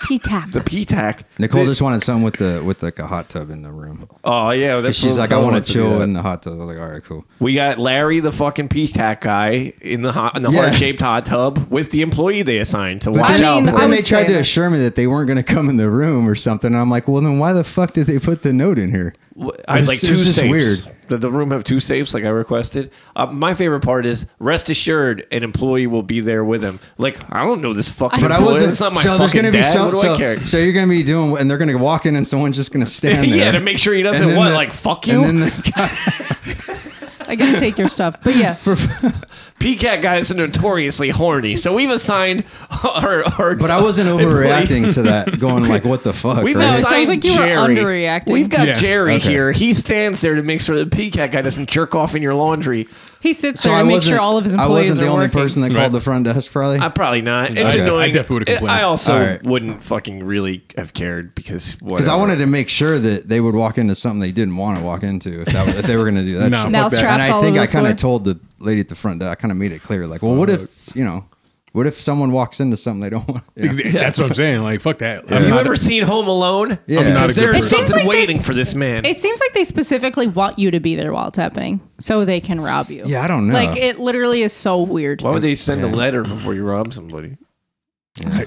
Speaker 2: P-tap.
Speaker 3: The PTAC.
Speaker 4: Nicole just wanted something with the with like a hot tub in the room.
Speaker 3: Oh yeah, that's
Speaker 4: She's
Speaker 3: what
Speaker 4: like, I want
Speaker 3: wants
Speaker 4: to
Speaker 3: do
Speaker 4: chill
Speaker 3: that.
Speaker 4: in the hot tub. I'm like, all right, cool.
Speaker 3: We got Larry, the fucking PTAC guy, in the hot, in the
Speaker 4: Yeah.
Speaker 3: heart shaped hot tub with the employee they assigned to
Speaker 4: But
Speaker 3: watch
Speaker 4: then,
Speaker 2: I mean,
Speaker 3: out.
Speaker 4: but
Speaker 3: for
Speaker 4: then
Speaker 2: I
Speaker 3: him.
Speaker 4: they
Speaker 2: would
Speaker 4: tried
Speaker 2: say
Speaker 4: to
Speaker 2: that-
Speaker 4: assure me that they weren't going to come in the room or something. And I'm like, well, then why the fuck did they put the note in here?
Speaker 3: I
Speaker 4: It
Speaker 3: had
Speaker 4: was-
Speaker 3: like
Speaker 4: it
Speaker 3: two
Speaker 4: was just
Speaker 3: safes.
Speaker 4: weird.
Speaker 3: Did the room have two safes like I requested? Uh, my favorite part is rest assured, an employee will be there with him. Like I don't know this fucking.
Speaker 4: But I
Speaker 3: employee.
Speaker 4: wasn't.
Speaker 3: It's not my
Speaker 4: so there's
Speaker 3: fucking
Speaker 4: gonna
Speaker 3: dad.
Speaker 4: be some.
Speaker 3: What do
Speaker 4: so,
Speaker 3: I care?
Speaker 4: so you're gonna be doing, and they're gonna walk in, and someone's just gonna stand there.
Speaker 3: Yeah, to make sure he doesn't
Speaker 4: And then
Speaker 3: what,
Speaker 4: the-
Speaker 3: like, fuck
Speaker 4: and
Speaker 3: you?
Speaker 4: then the guy-
Speaker 2: I guess take your stuff. But yes,
Speaker 3: PCAT guys are notoriously horny, so we've assigned our. our
Speaker 4: but I wasn't
Speaker 3: employee-
Speaker 4: overreacting to that, going like, "What the fuck?"
Speaker 3: We've
Speaker 4: right?
Speaker 2: it sounds
Speaker 3: assigned
Speaker 2: like you were
Speaker 3: Jerry.
Speaker 2: underreacting.
Speaker 3: We've got
Speaker 5: Yeah,
Speaker 3: Jerry
Speaker 4: okay.
Speaker 3: here. He stands there to make sure the PCAT guy doesn't jerk off in your laundry.
Speaker 2: he sits
Speaker 4: So
Speaker 2: there
Speaker 4: I
Speaker 2: to make
Speaker 4: wasn't.
Speaker 2: sure all of his
Speaker 4: I
Speaker 2: employees
Speaker 4: wasn't the
Speaker 2: are
Speaker 4: only
Speaker 2: working.
Speaker 4: person that
Speaker 5: Right.
Speaker 4: called the front desk, probably.
Speaker 3: I Uh, probably not. It's
Speaker 5: Okay.
Speaker 3: annoying.
Speaker 5: I definitely would've
Speaker 3: It-
Speaker 5: complained.
Speaker 3: I also
Speaker 4: All right.
Speaker 3: wouldn't fucking really have cared because
Speaker 4: Because I wanted to make sure that they would walk into something they didn't want to walk into if, that, if they were going to do that.
Speaker 5: Nah,
Speaker 4: shit.
Speaker 5: fuck Mouse that.
Speaker 4: and
Speaker 2: traps
Speaker 4: I
Speaker 2: all
Speaker 4: think
Speaker 2: over
Speaker 4: I
Speaker 2: the
Speaker 4: kind
Speaker 2: floor.
Speaker 4: of told the lady at the front desk. I kind of made it clear, like, well, what if you know, what if someone walks into something they don't want? You know?
Speaker 5: That's what I'm saying. Like fuck that.
Speaker 3: Have
Speaker 5: I'm
Speaker 3: you
Speaker 5: not-
Speaker 3: ever seen Home Alone?
Speaker 4: Yeah. I'm not a
Speaker 3: Because
Speaker 5: good
Speaker 3: there is
Speaker 5: person. It
Speaker 2: seems
Speaker 3: something
Speaker 2: like this-
Speaker 3: waiting for this man.
Speaker 2: It seems like they specifically want you to be there while it's happening, so they can rob you.
Speaker 4: Yeah, I don't know.
Speaker 2: Like it literally is so weird.
Speaker 3: Why would they send a letter before you rob somebody?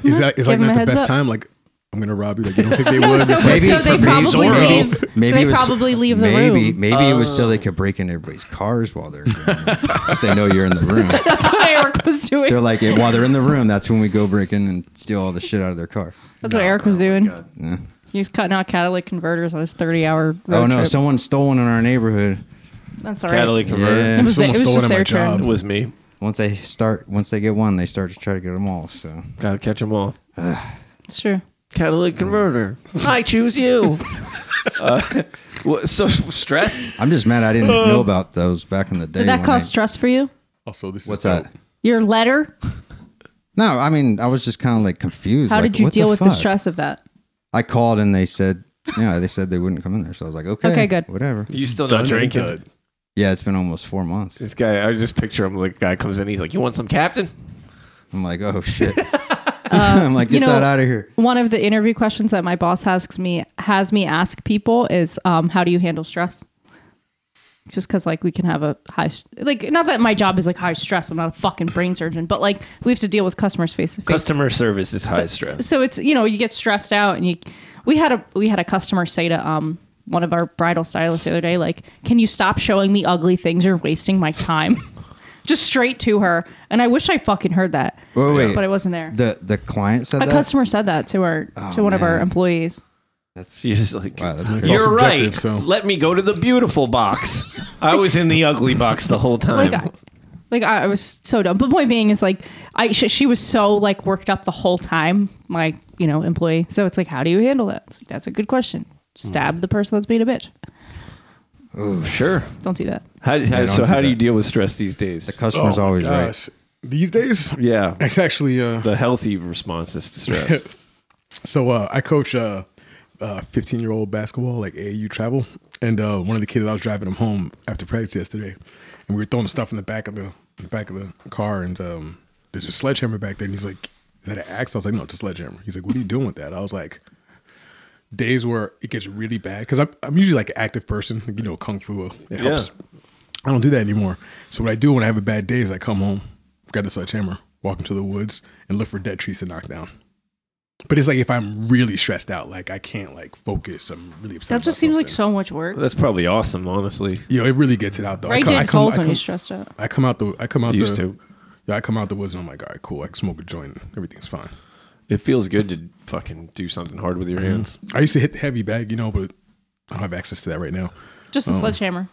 Speaker 5: Is that is like
Speaker 2: Give 'em a
Speaker 5: not the
Speaker 2: heads
Speaker 5: best
Speaker 2: up.
Speaker 5: time? Like I'm gonna rob you. Like you don't think they
Speaker 2: No,
Speaker 5: would?
Speaker 2: so,
Speaker 5: It's
Speaker 2: so they
Speaker 5: like,
Speaker 4: Maybe for me,
Speaker 2: probably
Speaker 5: Zorro.
Speaker 2: leave. so
Speaker 4: it
Speaker 2: they
Speaker 4: was-
Speaker 2: probably leave the
Speaker 4: maybe,
Speaker 2: room.
Speaker 4: Maybe it was so
Speaker 2: Oh.
Speaker 4: they could break into everybody's cars while they're in the room. Because they know you're in the room.
Speaker 2: That's what Eric was doing.
Speaker 4: They're like, while they're in the room, that's when we go break in and steal all the shit out of their car.
Speaker 2: That's what Eric was doing. He was cutting out catalytic converters on his 30 hour road
Speaker 4: oh, no,
Speaker 2: trip.
Speaker 4: someone stole one in our neighborhood.
Speaker 2: That's all right.
Speaker 3: Catalytic converter.
Speaker 2: It
Speaker 4: Yeah.
Speaker 2: was, the- it
Speaker 5: Someone
Speaker 2: was
Speaker 5: stole
Speaker 2: just
Speaker 5: one
Speaker 2: their
Speaker 5: at my
Speaker 2: turn.
Speaker 5: job.
Speaker 3: It was me.
Speaker 4: Once they start, once they get one, they start to try to get them all. So
Speaker 3: Gotta catch them all.
Speaker 2: It's true.
Speaker 3: Catalytic converter. I choose you. Uh, wha- so stress.
Speaker 4: I'm just mad I didn't
Speaker 5: Uh.
Speaker 4: know about those back in the day.
Speaker 2: Did that
Speaker 4: when
Speaker 2: cause
Speaker 4: I-
Speaker 2: stress for you?
Speaker 5: Also, this
Speaker 4: What's
Speaker 5: is dope.
Speaker 4: that?
Speaker 2: Your letter?
Speaker 4: No, I mean, I was just kind of like confused.
Speaker 2: How
Speaker 4: like,
Speaker 2: did you
Speaker 4: what
Speaker 2: deal with the
Speaker 4: fuck?
Speaker 2: stress of that?
Speaker 4: I called and they said, yeah, they said they wouldn't come in there. So I was like, okay,
Speaker 2: Okay, good.
Speaker 4: whatever.
Speaker 3: You still
Speaker 5: Done
Speaker 3: not
Speaker 5: and
Speaker 3: drinking?
Speaker 5: done.
Speaker 4: Yeah, it's been almost four months.
Speaker 3: This guy, I just picture him like guy comes in, he's like, You want some captain?
Speaker 4: I'm like, oh shit. I'm like,
Speaker 2: Uh,
Speaker 4: get
Speaker 2: you know,
Speaker 4: that out of here.
Speaker 2: One of the interview questions that my boss asks me has me ask people is, um, "How do you handle stress?" Just because like we can have a high s- like not that my job is like high stress. I'm not a fucking brain surgeon, but like we have to deal with customers face to face.
Speaker 3: Customer service is high stress.
Speaker 2: So it's you know you get stressed out and you we had a we had a customer say to um one of our bridal stylists the other day like can you stop showing me ugly things you're wasting my time just straight to her and I wish I fucking heard that
Speaker 4: Wait, wait.
Speaker 2: but I wasn't there
Speaker 4: The the client said
Speaker 2: a
Speaker 4: that.
Speaker 2: customer said that to our
Speaker 5: Oh,
Speaker 2: to one of our
Speaker 4: man.
Speaker 2: employees
Speaker 4: That's
Speaker 3: You're just like,
Speaker 4: wow, that's
Speaker 5: It's
Speaker 4: crazy.
Speaker 5: all
Speaker 3: you're right.
Speaker 5: subjective, so-
Speaker 3: Let me go to the beautiful box. I was in the ugly box the whole time.
Speaker 2: like I, like I, I was so dumb but point being is like I she, she was so like worked up the whole time my you know employee so it's like how do you handle that it's like, that's a good question stab the person that's being a bitch
Speaker 3: sure.
Speaker 2: don't do that
Speaker 3: How, how,
Speaker 4: don't
Speaker 3: so
Speaker 4: do
Speaker 3: how do
Speaker 4: that.
Speaker 3: you deal with stress these days?
Speaker 4: The customer's
Speaker 5: Oh my
Speaker 4: always right.
Speaker 5: gosh. These days,
Speaker 3: yeah,
Speaker 5: it's actually uh,
Speaker 3: the healthy responses to stress.
Speaker 5: So uh, I coach uh, uh, 15 year old basketball, like AAU travel. And uh, one of the kids, I was driving him home after practice yesterday, and we were throwing stuff in the back of the, in the back of the car. And um, there's a sledgehammer back there, and he's like, "Is that an axe?" I was like, "No, it's a sledgehammer." He's like, "What are you doing with that?" I was like, "Days where it gets really bad because I'm I'm usually like an active person, like, you know, kung fu. uh, It helps. I don't do that anymore. So what I do when I have a bad day is I come home, grab the sledgehammer, walk into the woods, and look for dead trees to knock down. But it's like if I'm really stressed out, like I can't like focus. I'm really upset.
Speaker 2: That just
Speaker 5: about
Speaker 2: seems like
Speaker 5: something.
Speaker 2: so much work.
Speaker 3: That's probably awesome, honestly.
Speaker 5: Yo, it really gets it out though.
Speaker 2: Right
Speaker 5: co-
Speaker 2: dick holes
Speaker 5: I,
Speaker 2: when
Speaker 5: come,
Speaker 2: you're stressed out.
Speaker 5: I come out the. I come out
Speaker 3: Used
Speaker 5: the,
Speaker 3: to.
Speaker 5: Yeah, I come out the woods and I'm like, all right, cool. I can smoke a joint. Everything's fine.
Speaker 3: It feels good to fucking do something hard with your hands.
Speaker 5: I used to hit the heavy bag, you know, but I don't have access to that right now.
Speaker 2: Just a sledgehammer.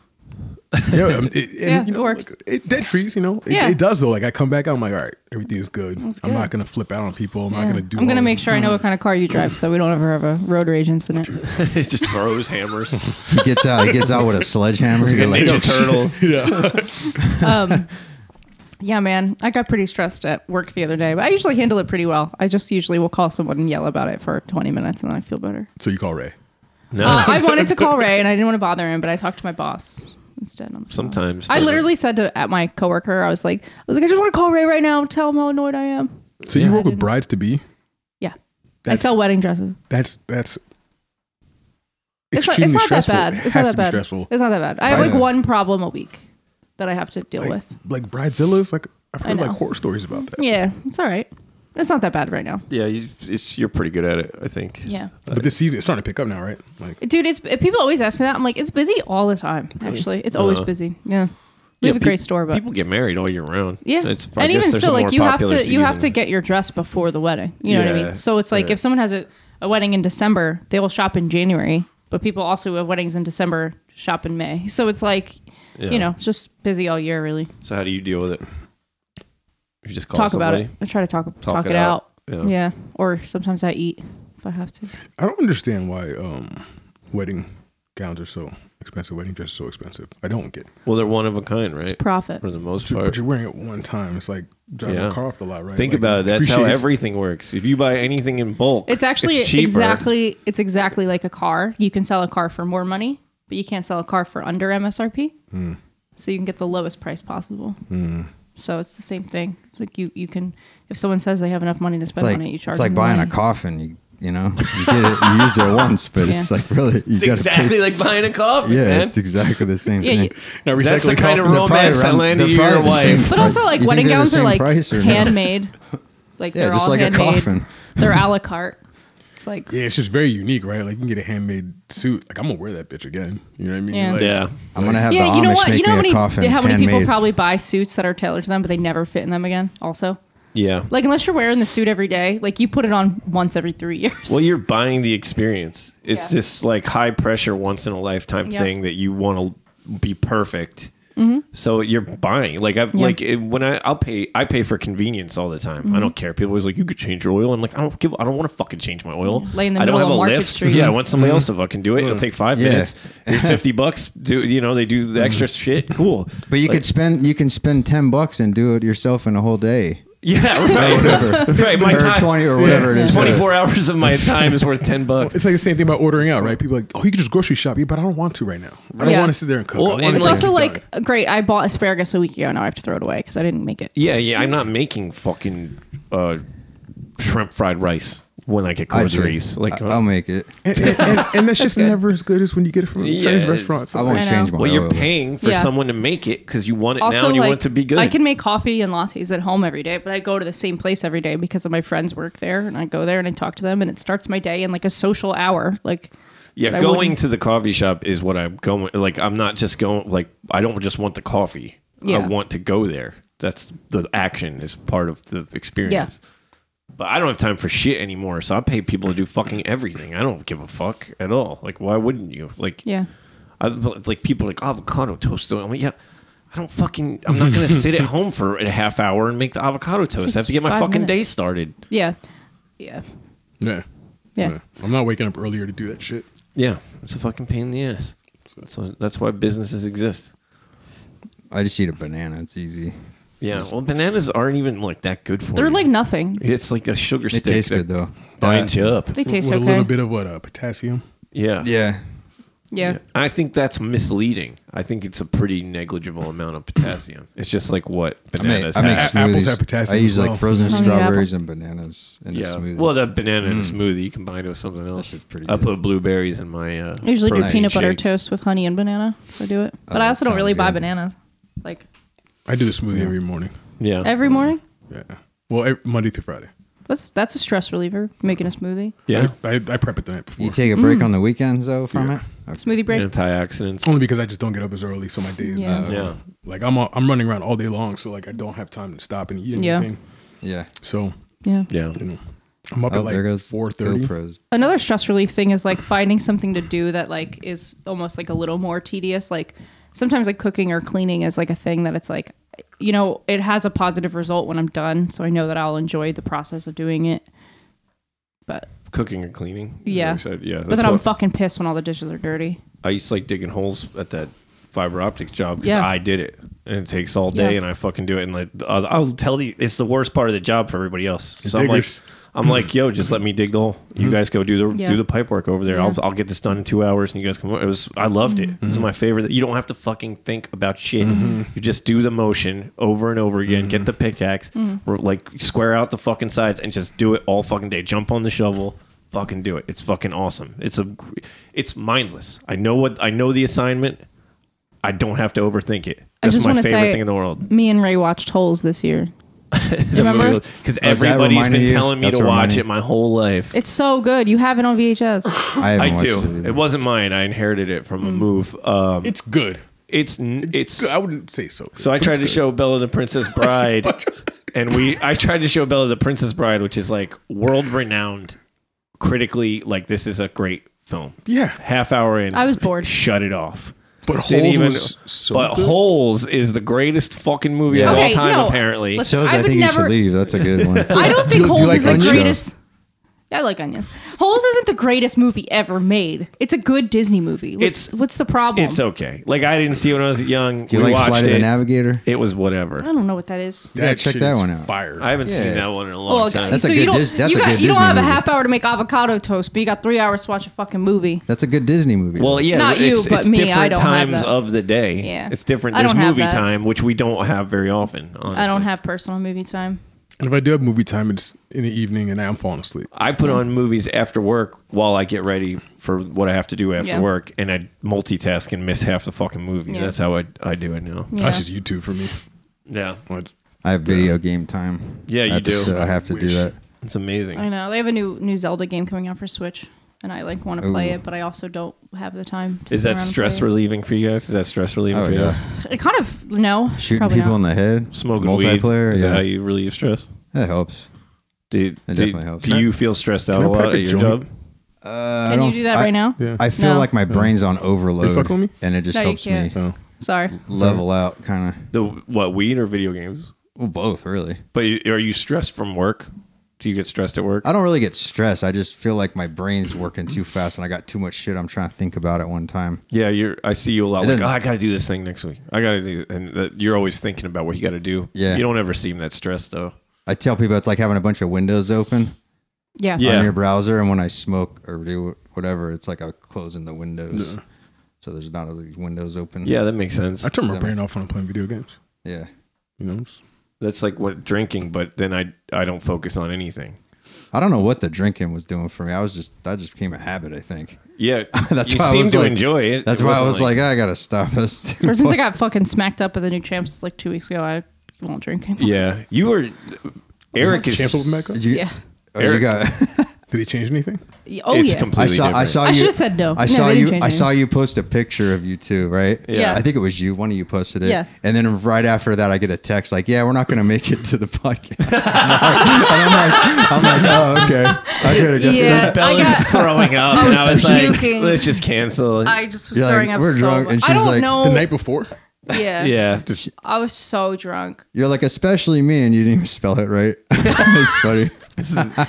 Speaker 5: Yeah, um, it, and,
Speaker 2: Yeah,
Speaker 5: you know,
Speaker 2: it works.
Speaker 5: look, it- dead trees, you know. It,
Speaker 2: Yeah.
Speaker 5: it does though. Like I come back, out, I'm like, all right, everything is good. I'm
Speaker 2: good.
Speaker 5: not gonna flip out on people. I'm not
Speaker 2: Yeah.
Speaker 5: gonna do.
Speaker 2: I'm gonna
Speaker 5: all
Speaker 2: make
Speaker 5: the-
Speaker 2: sure I know what kind of car you drive, so we don't ever have a road rage incident.
Speaker 3: it just throws hammers.
Speaker 4: He gets out. He gets out with a sledgehammer. You're like,
Speaker 3: Ninja Turtle.
Speaker 2: Um, Yeah, man, I got pretty stressed at work the other day, but I usually handle it pretty well. I just usually will call someone and yell about it for 20 minutes, and then I feel better.
Speaker 5: So you call Ray.
Speaker 3: No,
Speaker 2: Uh, I wanted to call Ray, and I didn't want to bother him, but I talked to my boss instead. On the phone.
Speaker 3: sometimes.
Speaker 2: I
Speaker 3: but-
Speaker 2: literally said to at my coworker, I was like, I was like, I just want to call Ray right now and tell him how annoyed I am.
Speaker 5: So you work with brides to be.
Speaker 2: Yeah,
Speaker 5: That's-
Speaker 2: I sell wedding dresses.
Speaker 5: That's that's.
Speaker 2: It's not,
Speaker 5: extremely
Speaker 2: it's not that
Speaker 5: stressful.
Speaker 2: bad.
Speaker 5: It
Speaker 2: It's
Speaker 5: has
Speaker 2: not that
Speaker 5: to
Speaker 2: bad.
Speaker 5: be stressful.
Speaker 2: It's not that bad. I have
Speaker 5: Right.
Speaker 2: like one problem a week that I have to deal
Speaker 5: Like,
Speaker 2: with.
Speaker 5: like bridezilla's like I've heard like
Speaker 2: know.
Speaker 5: horror stories about that.
Speaker 2: Yeah, it's all right. It's not that bad right now.
Speaker 3: Yeah, you, it's, you're pretty good at it, I think.
Speaker 2: Yeah.
Speaker 5: But this season it's starting to pick up now, right? Like
Speaker 2: Dude, it's people always ask me that. I'm like, it's busy all the time. Actually, it's always busy. Yeah,
Speaker 3: Yeah,
Speaker 2: we have a
Speaker 3: peop-
Speaker 2: great store, but
Speaker 3: People get married all year round.
Speaker 2: yeah,
Speaker 3: It's- I
Speaker 2: and
Speaker 3: guess
Speaker 2: even
Speaker 3: there's
Speaker 2: still,
Speaker 3: a
Speaker 2: like
Speaker 3: more
Speaker 2: you have to
Speaker 3: popular
Speaker 2: you have to
Speaker 3: season.
Speaker 2: get your dress before the wedding. You know what I
Speaker 3: Yeah.
Speaker 2: mean? So it's like
Speaker 3: Yeah.
Speaker 2: if someone has a, a wedding in December, they will shop in January. But people also who have weddings in December, shop in May. So it's like,
Speaker 3: Yeah.
Speaker 2: you know, it's just busy all year. Really,
Speaker 3: So how do you deal with it? You just call
Speaker 2: talk about
Speaker 3: somebody?
Speaker 2: it. I try to talk talk,
Speaker 3: Talk
Speaker 2: it,
Speaker 3: it
Speaker 2: out.
Speaker 3: out.
Speaker 2: Yeah. or sometimes I eat if I have to.
Speaker 5: I don't understand why um wedding gowns are so expensive. Wedding dresses are so expensive. I don't get. It.
Speaker 3: Well, they're one of a kind, right?
Speaker 2: Profit.
Speaker 3: For the most
Speaker 5: But,
Speaker 3: part.
Speaker 5: you're wearing it one time. It's like driving
Speaker 3: Yeah.
Speaker 5: a car off the lot, right?
Speaker 3: Think
Speaker 5: Like,
Speaker 3: about it. That's how
Speaker 5: appreciates-
Speaker 3: everything works. If you buy anything in bulk,
Speaker 2: It's actually
Speaker 3: cheaper.
Speaker 2: exactly it's exactly like a car. You can sell a car for more money, but you can't sell a car for under MSRP.
Speaker 4: Hmm.
Speaker 2: So you can get the lowest price possible. So it's the same thing. It's like you you can if someone says they have enough money to
Speaker 4: it's
Speaker 2: spend
Speaker 4: like,
Speaker 2: on it, you charge.
Speaker 4: it's like
Speaker 2: them the
Speaker 4: buying a
Speaker 2: money.
Speaker 4: coffin. You, you know, you get it, you use it once, but it's
Speaker 2: Yeah.
Speaker 4: like really, you
Speaker 3: It's
Speaker 4: got
Speaker 3: exactly like buying a coffee,
Speaker 4: Yeah,
Speaker 3: man.
Speaker 4: it's exactly the same
Speaker 2: Yeah,
Speaker 4: thing.
Speaker 2: you-
Speaker 5: Now,
Speaker 3: That's the
Speaker 5: recycling
Speaker 3: kind of
Speaker 5: coffee-
Speaker 4: They're probably
Speaker 3: romance I
Speaker 4: around-
Speaker 3: land to
Speaker 4: they're
Speaker 3: your
Speaker 4: probably the same
Speaker 3: wife.
Speaker 2: But
Speaker 4: price.
Speaker 2: also like
Speaker 4: You think
Speaker 2: wedding
Speaker 4: they're the
Speaker 2: gowns are
Speaker 4: same
Speaker 2: like
Speaker 4: price or no?
Speaker 2: handmade. Like
Speaker 4: Yeah,
Speaker 2: they're
Speaker 4: just
Speaker 2: all
Speaker 4: like a
Speaker 2: handmade.
Speaker 4: coffin.
Speaker 2: They're a la carte. It's like
Speaker 5: Yeah, it's just very unique, right? Like you can get a handmade suit. Like I'm gonna wear that bitch again. You know what I mean?
Speaker 2: Yeah.
Speaker 5: Like,
Speaker 3: Yeah.
Speaker 4: I'm gonna have
Speaker 2: yeah,
Speaker 4: the
Speaker 2: you know
Speaker 4: Amish
Speaker 2: what?
Speaker 4: make
Speaker 2: You know how
Speaker 4: me
Speaker 2: many
Speaker 4: a coffin.
Speaker 2: how many people
Speaker 4: handmade.
Speaker 2: probably buy suits that are tailored to them, but they never fit in them again. Also,
Speaker 3: Yeah.
Speaker 2: like unless you're wearing the suit every day, like you put it on once every three years.
Speaker 3: Well, you're buying the experience. It's
Speaker 2: Yeah.
Speaker 3: this like high pressure, once in a lifetime
Speaker 2: Yeah. Mm-hmm.
Speaker 3: thing that you want to be perfect. So you're buying like I've
Speaker 2: Yeah. Mm-hmm.
Speaker 3: like it- when I I'll pay I pay for convenience all the time. I don't care. People always like you could change your oil. I'm like I don't give I don't want to fucking change my oil.
Speaker 2: Lay in the
Speaker 3: I don't
Speaker 2: middle of
Speaker 3: have a
Speaker 2: Market
Speaker 3: lift.
Speaker 2: Street. Mm-hmm.
Speaker 3: Yeah, I want somebody else to fucking do it. It'll take five
Speaker 4: Yeah. Mm-hmm.
Speaker 3: minutes. It's fifty bucks. Do you know they do the extra shit? Cool.
Speaker 4: But you could spend you can spend ten bucks and do it yourself in a whole day.
Speaker 3: Yeah, right. Right. My
Speaker 4: or
Speaker 3: time.
Speaker 4: twenty or whatever it is.
Speaker 3: Twenty four hours of my time is worth ten bucks.
Speaker 5: It's like the same thing about ordering out, right? People are like, oh, you can just grocery shop, Yeah, but I don't want to right now. I don't
Speaker 2: Yeah.
Speaker 5: want to sit there and cook.
Speaker 3: Well,
Speaker 5: I
Speaker 3: and
Speaker 5: want
Speaker 2: It's
Speaker 3: Like,
Speaker 2: also
Speaker 5: done.
Speaker 2: like great. I bought asparagus a week ago. Now I have to throw it away because I didn't make it.
Speaker 3: Yeah, yeah. I'm not making fucking uh, shrimp fried rice when I get groceries. Like,
Speaker 4: I, will make it.
Speaker 5: and, and, and that's just never as good as when you get it from a
Speaker 3: Yeah,
Speaker 5: Chinese
Speaker 3: it's-
Speaker 5: restaurant. So
Speaker 4: I won't
Speaker 2: I know.
Speaker 4: change my
Speaker 3: well, you're
Speaker 4: oil.
Speaker 3: paying for
Speaker 2: Yeah.
Speaker 3: someone to make it because you want it
Speaker 2: Also,
Speaker 3: now and you
Speaker 2: like,
Speaker 3: want it to be good.
Speaker 2: I can make coffee and lattes at home every day, but I go to the same place every day because of my friends work there, and I go there and I talk to them, and it starts my day in like a social hour. Like,
Speaker 3: yeah,
Speaker 2: but I
Speaker 3: going
Speaker 2: wouldn't-
Speaker 3: to the coffee shop is what I'm going. Like, I'm not just going. Like, I don't just want the coffee. I
Speaker 2: Yeah.
Speaker 3: want to go there. That's the action is part of the experience. But I don't have time for shit anymore, so I pay people to do fucking everything. I don't give a fuck at all. Like, why wouldn't you? Like,
Speaker 2: yeah,
Speaker 3: I, it's like people are like avocado toast. I'm like, yeah, I don't fucking. I'm not gonna sit at home for a half hour and make the avocado toast. I have to get my
Speaker 2: Five
Speaker 3: fucking
Speaker 2: minutes.
Speaker 3: day started.
Speaker 2: yeah, yeah,
Speaker 5: yeah.
Speaker 2: yeah.
Speaker 5: I'm not waking up earlier to do that shit.
Speaker 3: Yeah, it's a fucking pain in the ass. So that's why businesses exist.
Speaker 4: I just eat a banana. It's easy.
Speaker 3: Yeah, well, bananas aren't even like that good for
Speaker 2: They're
Speaker 3: you.
Speaker 2: like nothing.
Speaker 3: it's like a sugar
Speaker 4: It
Speaker 3: stick.
Speaker 4: tastes
Speaker 3: that
Speaker 4: good though.
Speaker 3: Binds you up.
Speaker 2: They taste
Speaker 5: With a
Speaker 2: okay.
Speaker 5: little bit of what uh, potassium.
Speaker 3: Yeah.
Speaker 4: Yeah.
Speaker 2: yeah.
Speaker 3: I think that's misleading. I think it's a pretty negligible amount of potassium. It's just like what
Speaker 4: I make,
Speaker 3: bananas.
Speaker 4: I make
Speaker 5: A-
Speaker 3: have.
Speaker 5: apples
Speaker 4: smoothies.
Speaker 5: have potassium
Speaker 4: I
Speaker 5: as
Speaker 4: use
Speaker 5: well.
Speaker 4: like frozen
Speaker 2: Honey apple.
Speaker 4: strawberries and bananas in a
Speaker 3: yeah.
Speaker 4: smoothie.
Speaker 3: Well, the banana and smoothie combined with something else.
Speaker 4: Mm. shit's pretty
Speaker 3: I
Speaker 4: good.
Speaker 3: put blueberries in my. Uh,
Speaker 2: I usually do
Speaker 3: protein
Speaker 2: peanut butter
Speaker 3: shake.
Speaker 2: toast with honey and banana. I do it, but
Speaker 4: Oh,
Speaker 2: I also don't
Speaker 4: sounds
Speaker 2: really buy
Speaker 4: good.
Speaker 2: bananas. Like
Speaker 5: I do the smoothie every morning.
Speaker 3: Yeah.
Speaker 2: every morning,
Speaker 5: Yeah. Well, every, Monday through Friday.
Speaker 2: that's that's a stress reliever. Making a smoothie,
Speaker 3: yeah.
Speaker 5: I, I prep it the night before.
Speaker 4: you take a break
Speaker 2: mm.
Speaker 4: on the weekends though from it. Okay.
Speaker 2: smoothie break.
Speaker 3: Antioxidants.
Speaker 4: Oh.
Speaker 5: Only because I just don't get up as early, so my day is
Speaker 2: Yeah.
Speaker 5: not.
Speaker 3: Yeah.
Speaker 5: Like I'm all, I'm running around all day long, so like I don't have time to stop and eat
Speaker 2: Yeah.
Speaker 5: anything.
Speaker 4: Yeah.
Speaker 5: So
Speaker 2: Yeah.
Speaker 3: Yeah.
Speaker 5: you know, I'm up
Speaker 4: Oh,
Speaker 5: at
Speaker 4: there
Speaker 5: like
Speaker 4: goes
Speaker 5: four thirty.
Speaker 4: GoPros.
Speaker 2: another stress relief thing is like finding something to do that like is almost like a little more tedious like sometimes like cooking or cleaning is like a thing that it's like you know it has a positive result when i'm done so i know that i'll enjoy the process of doing it but
Speaker 3: Cooking or cleaning. is what
Speaker 2: Yeah.
Speaker 3: we said. Yeah.
Speaker 2: but
Speaker 3: That's
Speaker 2: then i'm
Speaker 3: what-
Speaker 2: fucking pissed when all the dishes are dirty
Speaker 3: I used to like digging holes at that fiber optic job because
Speaker 2: Yeah.
Speaker 3: I did it, and it takes all day,
Speaker 2: Yeah.
Speaker 3: and I fucking do it. And like, the other- I'll tell you, it's the worst part of the job for everybody else. So I'm like,
Speaker 5: diggers.
Speaker 3: I'm like, yo, just let me dig the hole.
Speaker 4: Mm-hmm.
Speaker 3: You guys go do the
Speaker 2: Yeah.
Speaker 3: do the pipe work over there. I'll
Speaker 2: Yeah.
Speaker 3: I'll get this done in two hours, and you guys come. over." It was I loved it.
Speaker 4: Mm-hmm.
Speaker 3: It was my favorite. You don't have to fucking think about shit. You just do the motion over and over again.
Speaker 4: Mm-hmm.
Speaker 3: Get the pickaxe,
Speaker 2: Mm-hmm.
Speaker 3: or like square out the fucking sides, and just do it all fucking day. Jump on the shovel. Fucking do it. It's fucking awesome. It's a, gr- it's mindless. I know what I know. The assignment. I don't have to overthink it.
Speaker 2: I
Speaker 3: That's
Speaker 2: just
Speaker 3: my
Speaker 2: wanna
Speaker 3: favorite
Speaker 2: say-
Speaker 3: thing in the world.
Speaker 2: me and ray watched holes this year Do you remember
Speaker 3: Because
Speaker 4: that
Speaker 3: everybody's
Speaker 4: reminding
Speaker 3: been
Speaker 4: you?
Speaker 3: telling me
Speaker 4: That's
Speaker 3: to
Speaker 4: what
Speaker 3: watch
Speaker 4: reminding-
Speaker 3: it my whole life.
Speaker 2: it's so good you have it on vhs
Speaker 4: I haven't
Speaker 3: I
Speaker 4: watched
Speaker 3: do.
Speaker 4: it either.
Speaker 3: It, wasn't mine. I inherited it from a move. Um,
Speaker 5: It's good.
Speaker 3: it's n- it's.
Speaker 5: good. I wouldn't say so.
Speaker 3: so I
Speaker 5: but
Speaker 3: tried
Speaker 5: it's
Speaker 3: to
Speaker 5: good.
Speaker 3: show Bella the Princess Bride, and we. I tried to show Bella the Princess Bride, which is like world renowned, critically. Like this is a great film.
Speaker 5: Yeah.
Speaker 3: half hour in,
Speaker 2: I was bored.
Speaker 3: Shut it off.
Speaker 5: But
Speaker 3: Didn't
Speaker 5: holes was so
Speaker 3: but
Speaker 5: good.
Speaker 3: holes is the greatest fucking movie
Speaker 4: Yeah.
Speaker 3: of all
Speaker 2: Okay,
Speaker 3: time.
Speaker 2: no.
Speaker 3: Apparently,
Speaker 2: Listen-
Speaker 4: Shows
Speaker 2: I
Speaker 4: I,
Speaker 2: would
Speaker 4: think you
Speaker 2: never-
Speaker 4: should leave. That's a good one.
Speaker 2: I don't think
Speaker 5: you
Speaker 2: Holes
Speaker 5: like
Speaker 2: is the
Speaker 5: onions?
Speaker 2: greatest. Yeah, I like onions. Holes isn't the greatest movie ever made. It's a good Disney movie. What's,
Speaker 3: It's-
Speaker 2: what's the problem?
Speaker 3: it's okay. Like I didn't see it when I was young.
Speaker 4: Do you
Speaker 3: we
Speaker 4: like
Speaker 3: watched
Speaker 4: Flight
Speaker 3: it.
Speaker 4: of the Navigator?
Speaker 3: It was whatever.
Speaker 2: I don't know what that is.
Speaker 5: That
Speaker 4: Yeah, check
Speaker 5: shit
Speaker 4: that
Speaker 5: is
Speaker 4: one out.
Speaker 5: Fire.
Speaker 3: I haven't seen
Speaker 4: Yeah.
Speaker 3: that one in a long
Speaker 2: Well,
Speaker 3: time.
Speaker 4: That's a
Speaker 2: so you
Speaker 4: good
Speaker 2: don't,
Speaker 4: Dis- that's
Speaker 2: you,
Speaker 4: a
Speaker 2: got-
Speaker 4: good
Speaker 2: you don't
Speaker 4: Disney
Speaker 2: have a
Speaker 4: movie.
Speaker 2: half hour to make avocado toast, but you got three hours to watch a fucking movie.
Speaker 4: That's a good Disney movie.
Speaker 3: Well,
Speaker 4: though.
Speaker 3: yeah,
Speaker 2: Not you,
Speaker 3: it's,
Speaker 2: but
Speaker 3: it's
Speaker 2: me, I
Speaker 3: different
Speaker 2: don't have
Speaker 3: times
Speaker 2: that.
Speaker 3: of the day.
Speaker 2: Yeah.
Speaker 3: It's different.
Speaker 2: I
Speaker 3: There's
Speaker 2: don't have
Speaker 3: movie
Speaker 2: that.
Speaker 3: time, which we don't have very often. Honestly.
Speaker 2: I don't have personal movie time.
Speaker 5: And if I do have movie time, it's in the evening, and I'm falling asleep.
Speaker 3: I put on movies after work while I get ready for what I have to do after
Speaker 2: Yeah.
Speaker 3: work, and I multitask and miss half the fucking movie.
Speaker 2: Yeah.
Speaker 3: That's how I, I do it now.
Speaker 2: Yeah.
Speaker 5: That's just YouTube for me.
Speaker 3: Yeah,
Speaker 5: Like,
Speaker 4: I have video game time.
Speaker 3: Yeah, you
Speaker 4: That's,
Speaker 3: do.
Speaker 4: uh, I have to do
Speaker 5: Wish.
Speaker 4: that.
Speaker 3: it's amazing.
Speaker 2: I know they have a new new Zelda game coming out for Switch, and I like want to play
Speaker 4: Ooh.
Speaker 2: it, but I also don't have the time. To
Speaker 3: Is
Speaker 2: sit around
Speaker 3: that
Speaker 2: and
Speaker 3: stress
Speaker 2: play it.
Speaker 3: relieving for you guys? Is that stress relieving
Speaker 4: Oh
Speaker 3: for you?
Speaker 4: yeah,
Speaker 2: It kind of no
Speaker 4: shooting
Speaker 2: probably
Speaker 4: people
Speaker 2: not.
Speaker 4: in the head,
Speaker 3: Smoking
Speaker 4: multiplayer.
Speaker 3: weed. Is
Speaker 4: yeah,
Speaker 3: that how you relieve stress?
Speaker 4: that helps.
Speaker 3: Do, you-
Speaker 4: That
Speaker 3: do, you-
Speaker 4: definitely helps.
Speaker 3: do you feel stressed out
Speaker 5: Can
Speaker 3: a
Speaker 5: I
Speaker 3: lot
Speaker 5: pack
Speaker 3: at
Speaker 5: a
Speaker 3: your
Speaker 5: joint?
Speaker 3: job?
Speaker 4: Uh, I
Speaker 2: Can you
Speaker 4: don't-
Speaker 2: do that
Speaker 4: I-
Speaker 2: right now?
Speaker 5: Yeah.
Speaker 4: I feel
Speaker 2: No.
Speaker 4: like my brain's on overload.
Speaker 5: fuck with me?
Speaker 4: And it just
Speaker 2: No, you
Speaker 4: helps me
Speaker 2: can't.
Speaker 5: oh.
Speaker 2: Sorry.
Speaker 4: level out, kind of.
Speaker 3: The what weed or video games?
Speaker 4: Well, both really.
Speaker 3: But you- are you stressed from work? Do you get stressed at work?
Speaker 4: I don't really get stressed. I just feel like my brain's working too fast, and I got too much shit I'm trying to think about at one time.
Speaker 3: Yeah, you're. I see you a lot.
Speaker 4: It
Speaker 3: Like,
Speaker 4: doesn't-
Speaker 3: oh, I got to do this thing next week. I got to do, and that, you're always thinking about what you got to do.
Speaker 4: Yeah.
Speaker 3: you don't ever seem that stressed though.
Speaker 4: I tell people it's like having a bunch of windows open
Speaker 2: Yeah.
Speaker 3: Yeah.
Speaker 4: on your browser, and when I smoke or do whatever, it's like I'm closing the windows, so there's not all these windows open.
Speaker 3: Yeah, that makes sense.
Speaker 5: I turn my brain off when I'm playing video games.
Speaker 4: yeah.
Speaker 5: You know, It's-
Speaker 3: That's like what drinking, but then I I don't focus on anything.
Speaker 4: I don't know what the drinking was doing for me. I was just that just became a habit. I think.
Speaker 3: Yeah,
Speaker 4: That's
Speaker 3: you
Speaker 4: why I
Speaker 3: seem
Speaker 4: was
Speaker 3: to
Speaker 4: like-
Speaker 3: enjoy it.
Speaker 4: That's
Speaker 3: It
Speaker 4: why I
Speaker 3: wasn't
Speaker 4: was like, I gotta stop this.
Speaker 2: Ever since I got fucking smacked up at the new champs like two weeks ago, I won't drink anymore.
Speaker 3: yeah, you were. Eric is.
Speaker 5: Champs open back up?
Speaker 4: Did you,
Speaker 2: Yeah.
Speaker 4: oh, you
Speaker 3: Eric.
Speaker 4: got-
Speaker 5: Did he change anything?
Speaker 2: Y- Oh
Speaker 3: it's
Speaker 2: yeah.
Speaker 4: I
Speaker 3: completely
Speaker 4: saw. I
Speaker 3: different.
Speaker 4: saw.
Speaker 2: I
Speaker 4: you-
Speaker 2: should've said no.
Speaker 4: I
Speaker 2: No,
Speaker 4: saw
Speaker 2: they didn't
Speaker 4: you.
Speaker 2: change
Speaker 4: I saw
Speaker 2: anything.
Speaker 4: you post a picture of you two, right?
Speaker 2: Yeah.
Speaker 4: I think it was you. One of you posted it.
Speaker 2: Yeah.
Speaker 4: And then right after that, I get a text like, "Yeah, we're not going to make it to the podcast." I'm like, and I'm like, I'm like, oh, okay. I could have guessed
Speaker 2: Yeah.
Speaker 4: that.
Speaker 3: Bella's
Speaker 2: I got-
Speaker 3: throwing up, and I
Speaker 2: was
Speaker 3: was like,
Speaker 2: puking.
Speaker 3: "Let's just cancel." it.
Speaker 2: I just was
Speaker 4: You're like,
Speaker 2: throwing up
Speaker 4: "We're
Speaker 2: so
Speaker 4: drunk," and
Speaker 2: much. I
Speaker 4: she's
Speaker 2: don't
Speaker 4: like,
Speaker 2: know.
Speaker 5: The night before?
Speaker 2: yeah.
Speaker 3: yeah, just
Speaker 2: I was so drunk.
Speaker 4: You're like, especially me, and you didn't even spell it right. it's funny.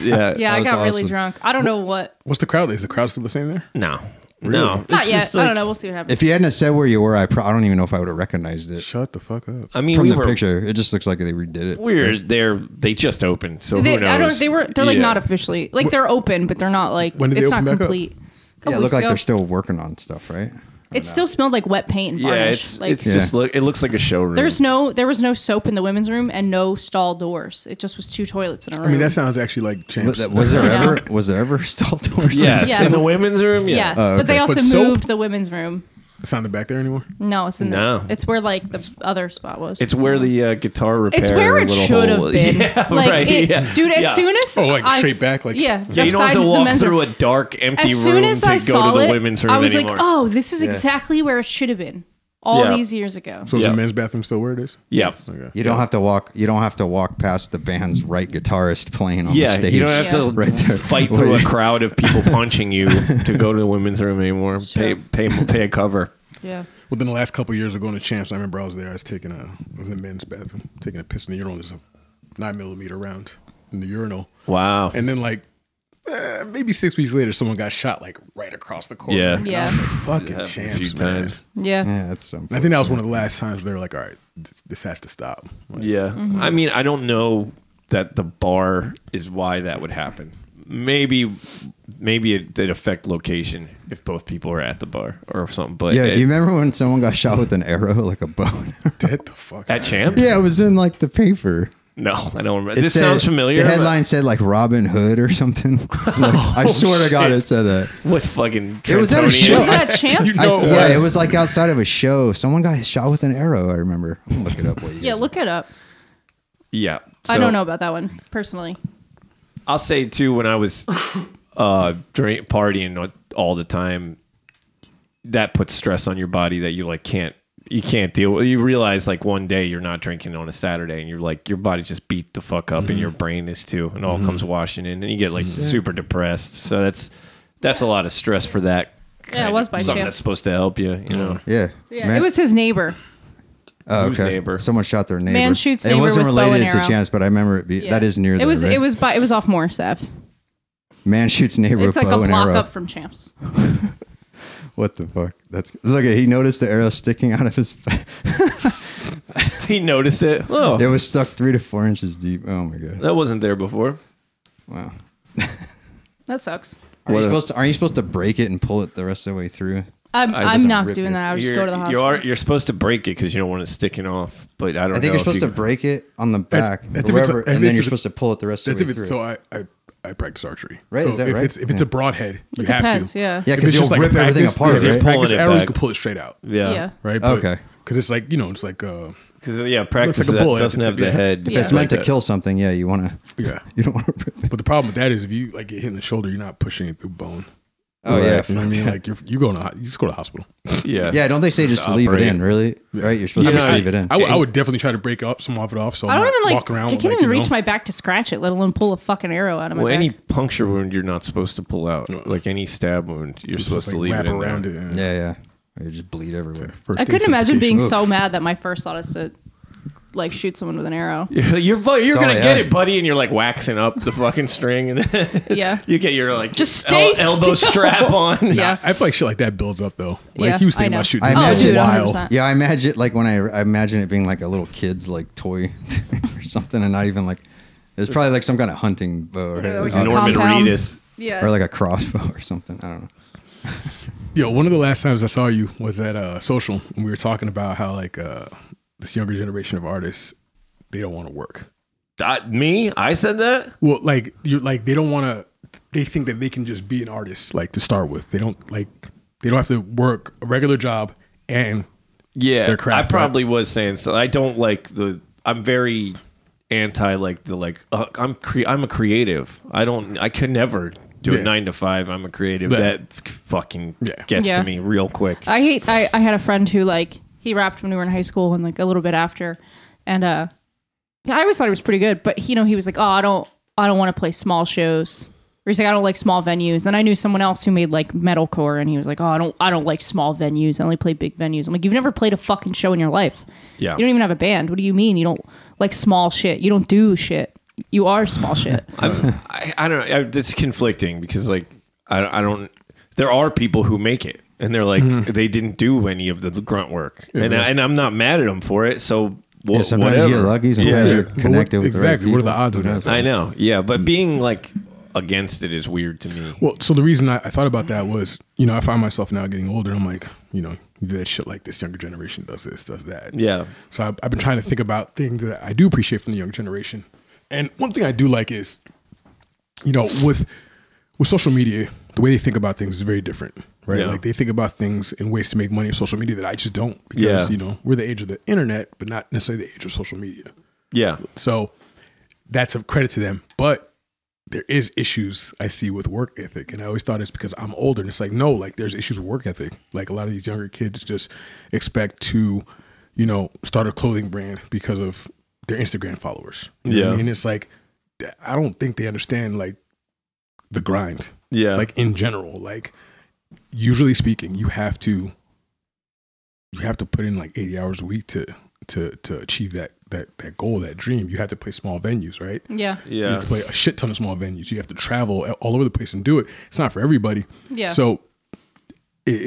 Speaker 3: yeah,
Speaker 2: Yeah, I
Speaker 4: was
Speaker 2: got really
Speaker 4: awesome.
Speaker 2: drunk. I don't know what.
Speaker 5: What's the crowd? Is the crowd still the same there?
Speaker 3: No, no, It's
Speaker 2: Not yet.
Speaker 3: just
Speaker 2: I
Speaker 3: like-
Speaker 2: don't know. We'll see what happens.
Speaker 4: If you hadn't have said where you were, I, pro- I don't even know if I would have recognized it
Speaker 5: Shut the fuck up.
Speaker 3: I mean,
Speaker 4: from
Speaker 3: we
Speaker 4: the
Speaker 3: were
Speaker 4: picture. It just looks like they redid it.
Speaker 3: we're there. They just opened, so
Speaker 2: They,
Speaker 3: who knows?
Speaker 2: I don't. They were. They're like
Speaker 3: Yeah.
Speaker 2: not officially. Like they're open, but they're not like.
Speaker 5: When did they
Speaker 2: it's
Speaker 5: open
Speaker 2: not
Speaker 5: back up?
Speaker 2: complete. Couple
Speaker 4: Yeah, it looked
Speaker 2: weeks
Speaker 4: like
Speaker 2: ago.
Speaker 4: they're still working on stuff, right?
Speaker 2: It still smelled like wet paint and varnish.
Speaker 3: Yeah, it's
Speaker 2: like,
Speaker 3: it's just look. It looks like a showroom.
Speaker 2: There's no, there was no soap in the women's room and no stall doors. It just was two toilets in a room.
Speaker 5: I mean, that sounds actually like champs.
Speaker 4: Was, was there
Speaker 2: Yeah.
Speaker 4: ever was there ever stall doors?
Speaker 3: yes.
Speaker 2: Yes.
Speaker 3: in the women's room. Yeah. Uh,
Speaker 2: yes, but they also
Speaker 5: But soap?
Speaker 2: moved the women's room.
Speaker 5: It's not in the back there anymore.
Speaker 2: No, it's in
Speaker 3: No.
Speaker 2: the, it's where like the other spot was.
Speaker 3: It's where the uh, guitar repair.
Speaker 2: it's where it
Speaker 3: little
Speaker 2: should have
Speaker 3: hole-
Speaker 2: been.
Speaker 3: Yeah,
Speaker 2: like,
Speaker 3: right.
Speaker 2: it-
Speaker 3: yeah.
Speaker 2: dude, as
Speaker 3: Yeah.
Speaker 2: soon as
Speaker 5: Oh, like
Speaker 2: I
Speaker 5: straight
Speaker 2: s-
Speaker 5: back, like-
Speaker 2: yeah,
Speaker 3: Yeah, you don't have
Speaker 2: upside
Speaker 3: to
Speaker 2: the
Speaker 3: walk
Speaker 2: men's
Speaker 3: through
Speaker 2: room.
Speaker 3: a dark, empty
Speaker 2: As soon
Speaker 3: room
Speaker 2: as
Speaker 3: to
Speaker 2: I
Speaker 3: go
Speaker 2: saw
Speaker 3: to the
Speaker 2: it,
Speaker 3: women's room
Speaker 2: I was
Speaker 3: anymore.
Speaker 2: like, oh, this is exactly where it should have been all
Speaker 3: Yeah.
Speaker 2: these years ago.
Speaker 5: So is
Speaker 3: Yeah.
Speaker 5: the men's bathroom still where it is?
Speaker 3: yeah,
Speaker 5: Okay.
Speaker 4: You don't have to walk. You don't have to walk past the band's right guitarist playing on
Speaker 3: yeah.
Speaker 4: the stage.
Speaker 3: You don't have
Speaker 2: Yeah.
Speaker 3: to
Speaker 4: Right there.
Speaker 3: fight
Speaker 4: Where
Speaker 3: through a
Speaker 4: you-
Speaker 3: crowd of people punching you to go to the women's room anymore. Pay,
Speaker 2: true.
Speaker 3: pay, pay a cover.
Speaker 2: yeah.
Speaker 5: Within the last couple of years of going to champs, I remember I was there. I was taking a, I was in men's bathroom, taking a piss in the urinal. There's a nine millimeter round in the urinal,
Speaker 3: Wow.
Speaker 5: and then like eh, maybe six weeks later, someone got shot like right across the court.
Speaker 3: Yeah.
Speaker 2: Yeah.
Speaker 5: fucking
Speaker 3: A
Speaker 5: champs.
Speaker 3: few
Speaker 5: man.
Speaker 3: times.
Speaker 2: Yeah.
Speaker 4: Yeah, that's some.
Speaker 5: And I think that was one of the last times they were like, all right, this, this has to stop. Like,
Speaker 3: Yeah.
Speaker 2: Mm-hmm.
Speaker 3: I mean, I don't know that the bar is why that would happen. Maybe maybe it did affect location if both people are at the bar or something. But
Speaker 4: Yeah,
Speaker 3: it,
Speaker 4: do you remember when someone got shot with an arrow like a bone?
Speaker 5: Get the fuck
Speaker 3: at
Speaker 5: out.
Speaker 3: Champ?
Speaker 4: yeah, it was in like the paper.
Speaker 3: No, I don't remember.
Speaker 4: It
Speaker 3: this
Speaker 4: said-
Speaker 3: sounds familiar.
Speaker 4: The
Speaker 3: but- Oh,
Speaker 4: headline said like Robin Hood or something. Like, I swear to God,
Speaker 3: shit.
Speaker 4: it said that.
Speaker 3: What fucking?
Speaker 4: It was at a
Speaker 3: Trentonian?
Speaker 4: show.
Speaker 2: Was that a champ?
Speaker 4: I-
Speaker 5: No, it
Speaker 4: yeah,
Speaker 5: was.
Speaker 4: it was like outside of a show. Someone got shot with an arrow. I remember. I'll Look it up. What you
Speaker 2: Yeah, look it up.
Speaker 3: Yeah.
Speaker 2: I
Speaker 3: So
Speaker 2: don't know about that one personally.
Speaker 3: I'll say too when I was uh drink partying all the time, that puts stress on your body that you like can't you can't deal with you realize like one day you're not drinking on a Saturday and you're like your body's just beat the fuck up and your
Speaker 4: Mm-hmm.
Speaker 3: brain is too and all comes washing in and you get like super depressed. So that's that's a lot of stress for that. kind
Speaker 2: it
Speaker 3: of-
Speaker 2: was by
Speaker 3: something
Speaker 2: chance.
Speaker 3: that's supposed to help you, you know.
Speaker 4: Yeah.
Speaker 2: Yeah,
Speaker 4: Man-
Speaker 2: it was his neighbor.
Speaker 4: oh,
Speaker 3: whose neighbor?
Speaker 4: Someone shot their neighbor.
Speaker 2: shoots
Speaker 4: It
Speaker 2: neighbor
Speaker 4: wasn't
Speaker 2: with bow
Speaker 4: related
Speaker 2: and
Speaker 4: to
Speaker 2: arrow.
Speaker 4: chance, but I remember it. Be,
Speaker 2: Yeah.
Speaker 4: That is near.
Speaker 2: It
Speaker 4: there,
Speaker 2: was.
Speaker 4: right?
Speaker 2: It was by. It was off Morris Ave.
Speaker 4: man shoots neighbor
Speaker 2: It's
Speaker 4: with
Speaker 2: like
Speaker 4: bow
Speaker 2: a
Speaker 4: and
Speaker 2: block
Speaker 4: arrow.
Speaker 2: up from Champs.
Speaker 4: What the fuck? That's look. He noticed the arrow sticking out of his.
Speaker 3: he noticed it. Oh,
Speaker 4: it was stuck three to four inches deep. Oh my god.
Speaker 3: that wasn't there before.
Speaker 4: Wow.
Speaker 2: That sucks.
Speaker 4: Are you
Speaker 3: What a-
Speaker 4: supposed to? Aren't you supposed to break it and pull it the rest of the way through?
Speaker 2: I'm.
Speaker 4: it
Speaker 2: I'm
Speaker 4: doesn't
Speaker 2: not
Speaker 4: rip
Speaker 2: doing
Speaker 4: you.
Speaker 2: that. I would just
Speaker 3: You're-
Speaker 2: go to the hospital.
Speaker 3: You are you're supposed to break it because you don't want it sticking off. But I don't.
Speaker 4: I think
Speaker 3: know
Speaker 4: you're
Speaker 3: if
Speaker 4: supposed
Speaker 3: you-
Speaker 4: to break it on the
Speaker 5: That's-
Speaker 4: back,
Speaker 5: that's if it's a-
Speaker 4: wherever,
Speaker 5: if
Speaker 4: and
Speaker 5: it's
Speaker 4: then
Speaker 5: a-
Speaker 4: you're supposed to pull it the rest of
Speaker 5: That's
Speaker 4: the
Speaker 5: if
Speaker 4: way through.
Speaker 5: it's, so I, I, I practice archery.
Speaker 4: Right,
Speaker 5: So
Speaker 4: is that
Speaker 5: if
Speaker 4: right?
Speaker 5: It's, if it's a broadhead, you have
Speaker 2: depends,
Speaker 5: to.
Speaker 2: yeah. Yeah,
Speaker 5: If
Speaker 4: 'cause
Speaker 5: it's
Speaker 4: you'll
Speaker 5: just like
Speaker 4: rip everything
Speaker 5: practice-
Speaker 4: apart,
Speaker 5: if it's
Speaker 4: right?
Speaker 5: practice
Speaker 3: Pulling it
Speaker 5: arrow, you
Speaker 3: back.
Speaker 5: can pull it straight out.
Speaker 3: Yeah.
Speaker 2: Yeah.
Speaker 5: Right?
Speaker 4: Okay.
Speaker 5: Because it's like, you know, it's like, uh,
Speaker 3: Because yeah, practice
Speaker 5: like a
Speaker 3: that
Speaker 5: bullet at
Speaker 3: doesn't
Speaker 5: the
Speaker 3: have
Speaker 5: tip,
Speaker 3: the
Speaker 5: yeah.
Speaker 3: head.
Speaker 4: If it's meant to kill something, yeah, you want to.
Speaker 5: yeah.
Speaker 4: You don't want to.
Speaker 5: But the problem with that is if you like get hit in the shoulder, you're not pushing it through bone.
Speaker 4: Oh yeah,
Speaker 5: You know what I mean? Like, you're, you go to, ho- you just go to the hospital.
Speaker 3: yeah,
Speaker 4: yeah. Don't they say just leave it
Speaker 3: operate.
Speaker 4: in? Really? Right? You're supposed
Speaker 3: Yeah,
Speaker 4: to just
Speaker 3: I-
Speaker 4: leave it in.
Speaker 5: I would- I would definitely try to break up some of it off. So
Speaker 2: I
Speaker 5: I'm
Speaker 2: don't
Speaker 5: not
Speaker 2: even like.
Speaker 5: walking around.
Speaker 2: I
Speaker 5: with,
Speaker 2: can't
Speaker 5: like,
Speaker 2: even
Speaker 5: you know-
Speaker 2: reach my back to scratch it, let alone pull a fucking arrow out of my
Speaker 3: Well,
Speaker 2: back.
Speaker 3: any puncture wound you're not supposed to pull out. Like any stab wound, you're
Speaker 5: It's just,
Speaker 3: supposed to
Speaker 5: like,
Speaker 3: leave
Speaker 5: wrap
Speaker 3: it in
Speaker 5: around
Speaker 3: there.
Speaker 5: it. and-
Speaker 4: Yeah, yeah. Or you just bleed everywhere.
Speaker 5: First
Speaker 2: I
Speaker 5: aid
Speaker 2: couldn't imagine being
Speaker 5: certification.
Speaker 2: so mad that my first thought is to, like, shoot someone with an arrow.
Speaker 3: You're you're, fu- you're
Speaker 4: all
Speaker 3: gonna
Speaker 4: I
Speaker 3: get
Speaker 4: had.
Speaker 3: it, buddy, and you're like waxing up the fucking string, and then
Speaker 2: Yeah.
Speaker 3: you get your like
Speaker 2: Just stay
Speaker 3: elbow
Speaker 2: still.
Speaker 3: strap on.
Speaker 2: Yeah.
Speaker 5: I feel like shit like that builds up though. Like
Speaker 2: Yeah,
Speaker 5: he was
Speaker 2: I
Speaker 5: thinking
Speaker 2: know. Oh,
Speaker 5: about shooting
Speaker 4: I
Speaker 5: him
Speaker 4: imagine-
Speaker 5: for a while.
Speaker 2: 100%.
Speaker 4: Yeah, I imagine like when I, I imagine it being like a little kid's like toy or something, and not even like it's probably like some kind of hunting bow or,
Speaker 2: Yeah, like
Speaker 4: or
Speaker 2: a
Speaker 3: Norman
Speaker 2: Compound.
Speaker 3: Reedus.
Speaker 2: Yeah.
Speaker 4: or like a crossbow or something. I don't know.
Speaker 5: Yo, one of the last times I saw you was at uh, social, and we were talking about how like uh, this younger generation of artists they don't want to work.
Speaker 3: Uh, me? I said that?
Speaker 5: Well, like you're like they don't want to. They think that they can just be an artist, like to start with. They don't like they don't have to work a regular job and
Speaker 3: Yeah,
Speaker 5: their
Speaker 3: I
Speaker 5: craft,
Speaker 3: probably was saying so. I don't like the. I'm very anti like the like. Uh, I'm cre- I'm a creative. I don't. I could never do a
Speaker 5: Yeah.
Speaker 3: nine to five. I'm a creative.
Speaker 5: Yeah.
Speaker 3: That f- fucking
Speaker 5: Yeah.
Speaker 3: gets
Speaker 2: Yeah. Uh,
Speaker 3: to me real quick.
Speaker 2: I hate. I, I had a friend who like he rapped when we were in high school and like a little bit after, and uh, yeah, I always thought he was pretty good. But he, you know, he was like, oh, I don't, I don't want to play small shows. Or he's like, I don't like small venues. Then I knew someone else who made like metalcore, and he was like, oh, I don't, I don't like small venues. I only play big venues. I'm like, you've never played a fucking show in your life.
Speaker 3: Yeah.
Speaker 2: You don't even have a band. What do you mean you don't like small shit? You don't do shit. You are small shit.
Speaker 3: I, I don't know. I, it's conflicting because like I, I don't. There are people who make it, and they're like
Speaker 4: Mm-hmm.
Speaker 3: they didn't do any of the grunt work, and I, and I'm not mad at them for it. So wha-
Speaker 4: Yeah, sometimes
Speaker 3: whatever.
Speaker 4: you get lucky, sometimes
Speaker 3: Yeah.
Speaker 4: you're Mm.
Speaker 5: what-
Speaker 4: connected with
Speaker 5: exactly,
Speaker 4: the
Speaker 5: what are
Speaker 4: right
Speaker 5: the odds of
Speaker 4: people.
Speaker 5: that?
Speaker 3: I know. Yeah, but being like against it is weird to me.
Speaker 5: Well, so the reason I, I thought about that was, you know, I find myself now getting older. I'm like, you know, you do that shit like this younger generation does this, does that.
Speaker 3: Yeah.
Speaker 5: So I've, I've been trying to think about things that I do appreciate from the younger generation. And one thing I do like is, you know, with with social media, the way they think about things is very different, right?
Speaker 3: Yeah.
Speaker 5: Like they think about things and ways to make money on social media that I just don't because,
Speaker 3: Yeah.
Speaker 5: you know, we're the age of the internet, but not necessarily the age of social media.
Speaker 3: Yeah.
Speaker 5: So that's a credit to them. But there is issues I see with work ethic. And I always thought it's because I'm older. And it's like, no, like there's issues with work ethic. Like a lot of these younger kids just expect to, you know, start a clothing brand because of their Instagram followers. You know what I
Speaker 3: Yeah.
Speaker 5: mean? it's like, th- I don't think they understand like the grind.
Speaker 3: Yeah.
Speaker 5: Like in general, like usually speaking, you have to, you have to put in like 80 hours a week to, to, to achieve that, that, that goal, that dream. You have to play small venues, right?
Speaker 2: yeah.
Speaker 3: yeah.
Speaker 5: You have to play a shit ton of small venues. You have to travel all over the place and do it. It's not for everybody.
Speaker 2: Yeah.
Speaker 5: So it-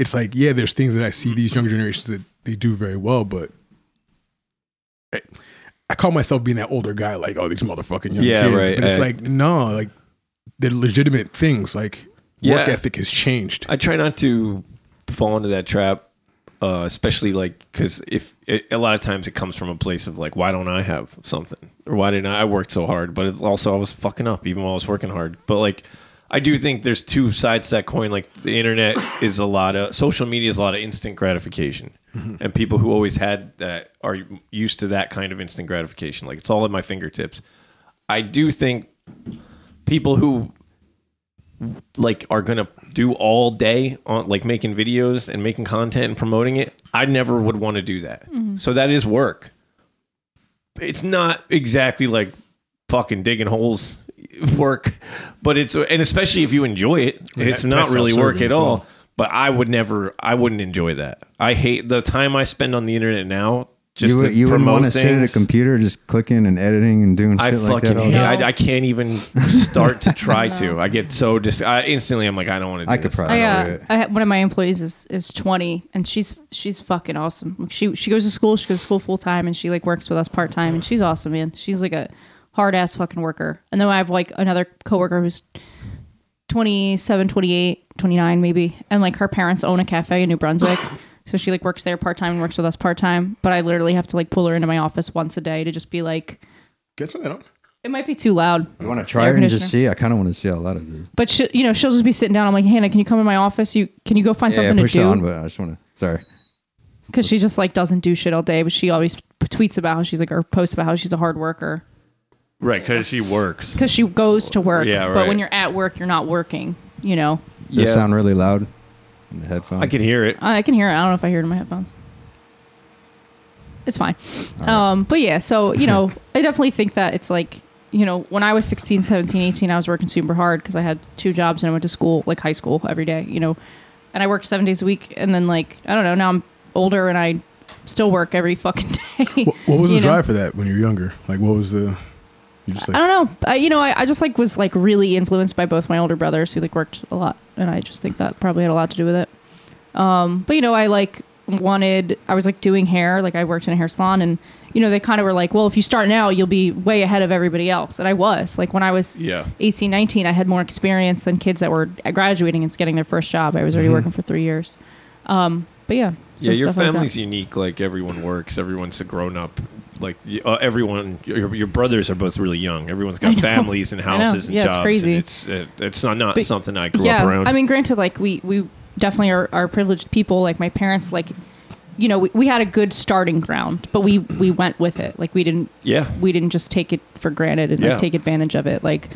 Speaker 5: it's like, yeah, there's things that I see these younger generations that they do very well, but I, I call myself being that older guy, like, oh, these motherfucking young
Speaker 3: Yeah,
Speaker 5: kids.
Speaker 3: right,
Speaker 5: But it's
Speaker 3: eh.
Speaker 5: like, no, like they're legitimate things. Like
Speaker 3: Yeah.
Speaker 5: work ethic has changed.
Speaker 3: I try not to fall into that trap, uh, especially like because if it, a lot of times it comes from a place of like, why don't I have something or why didn't I, I work so hard? But it's also I was fucking up even while I was working hard. But like, I do think there's two sides to that coin. Like the internet is a lot of social media is a lot of instant gratification, and people who always had that are used to that kind of instant gratification. Like it's all at my fingertips. I do think people who like are gonna do all day on like making videos and making content and promoting it i never would want to do that so that is work it's not exactly like fucking digging holes work but it's and especially if you enjoy it it's
Speaker 5: that-
Speaker 3: not
Speaker 5: that's
Speaker 3: really work
Speaker 5: self-serving
Speaker 3: at
Speaker 5: as
Speaker 3: all
Speaker 5: well.
Speaker 3: but i would never i wouldn't enjoy that i hate the time i spend on the internet now just
Speaker 4: You,
Speaker 3: to
Speaker 4: would- you wouldn't
Speaker 3: promote
Speaker 4: want to sit at a
Speaker 3: things.
Speaker 4: computer just clicking and editing and doing shit
Speaker 3: I
Speaker 4: like
Speaker 3: fucking
Speaker 4: that. All
Speaker 3: hate.
Speaker 4: day.
Speaker 2: No.
Speaker 3: I, I can't even start to try to. I get so dis. I instantly, I'm like, I don't want to. Do
Speaker 4: I could
Speaker 3: this.
Speaker 4: probably
Speaker 2: I,
Speaker 4: do
Speaker 2: uh,
Speaker 4: it.
Speaker 2: I ha- one of my employees is, is 20 and she's she's fucking awesome. Like, She she goes to school, she goes to school full time and she like works with us part time and she's awesome, man. She's like a hard ass fucking worker. And then I have like another coworker who's 27, 28, 29 maybe. And like her parents own a cafe in New Brunswick. so she like works there part time and works with us part time, but I literally have to like pull her into my office once a day to just be like
Speaker 5: Get something out.
Speaker 2: it might be too loud.
Speaker 4: You want to try
Speaker 2: Air
Speaker 4: it and just
Speaker 2: conditioner.
Speaker 4: see? I kind of want to see how loud it is.
Speaker 2: But she, you know, she'll just be sitting down. I'm like, Hannah, can you come in my office? You can you go find
Speaker 4: Yeah, I
Speaker 2: something to
Speaker 4: pushed it
Speaker 2: do?
Speaker 4: on, but I just want to. Sorry.
Speaker 2: because she just like doesn't do shit all day, but she always p- tweets about how she's like or posts about how she's a hard worker
Speaker 3: Right, because she works.
Speaker 2: because she goes to work.
Speaker 3: Yeah,
Speaker 2: But when
Speaker 3: right.
Speaker 2: you're at work, you're not working. You know,
Speaker 4: Does it sound really loud in the headphones?
Speaker 3: I can hear it.
Speaker 2: I I can hear it. I don't know if I hear it in my headphones. It's fine. Um, but yeah, so, you know, I definitely think that it's like, you know, when I was 16, 17, 18, I was working super hard because I had two jobs and I went to school, like high school every day, you know, and I worked seven days a week. And then, like, I don't know, now I'm older and I still work every fucking day.
Speaker 5: What, what was
Speaker 2: you
Speaker 5: the
Speaker 2: know?
Speaker 5: drive for that when you were younger? Like, what was the? You just like,
Speaker 2: I don't know. I, you know, I, I just like was like really influenced by both my older brothers who like worked a lot, and I just think that probably had a lot to do with it. Um, but you know, I like wanted. I was like doing hair. Like I worked in a hair salon, and you know, they kind of were like, "Well, if you start now, you'll be way ahead of everybody else." And I was like, when I was
Speaker 3: Yeah.
Speaker 2: 18, 19, I had more experience than kids that were graduating and getting their first job. I was already working for three years. Um, but yeah, so
Speaker 3: Mm-hmm. yeah, your
Speaker 2: stuff like that.
Speaker 3: family's unique. Like everyone works, everyone's a grown up. Like y- uh, everyone, your, your brothers are both really young. Everyone's got
Speaker 2: know.
Speaker 3: families and
Speaker 2: I know.
Speaker 3: houses and
Speaker 2: Yeah, it's
Speaker 3: jobs. and
Speaker 2: crazy.
Speaker 3: it's it, it's not not
Speaker 2: But-
Speaker 3: something I grew
Speaker 2: yeah,
Speaker 3: up around.
Speaker 2: I mean, granted, like we we definitely are, are privileged people. Like my parents, like you know, we, we had a good starting ground, but we we went with it. Like we didn't
Speaker 3: Yeah.
Speaker 2: we didn't just take it for granted and
Speaker 3: Yeah.
Speaker 2: like, take advantage of it. Like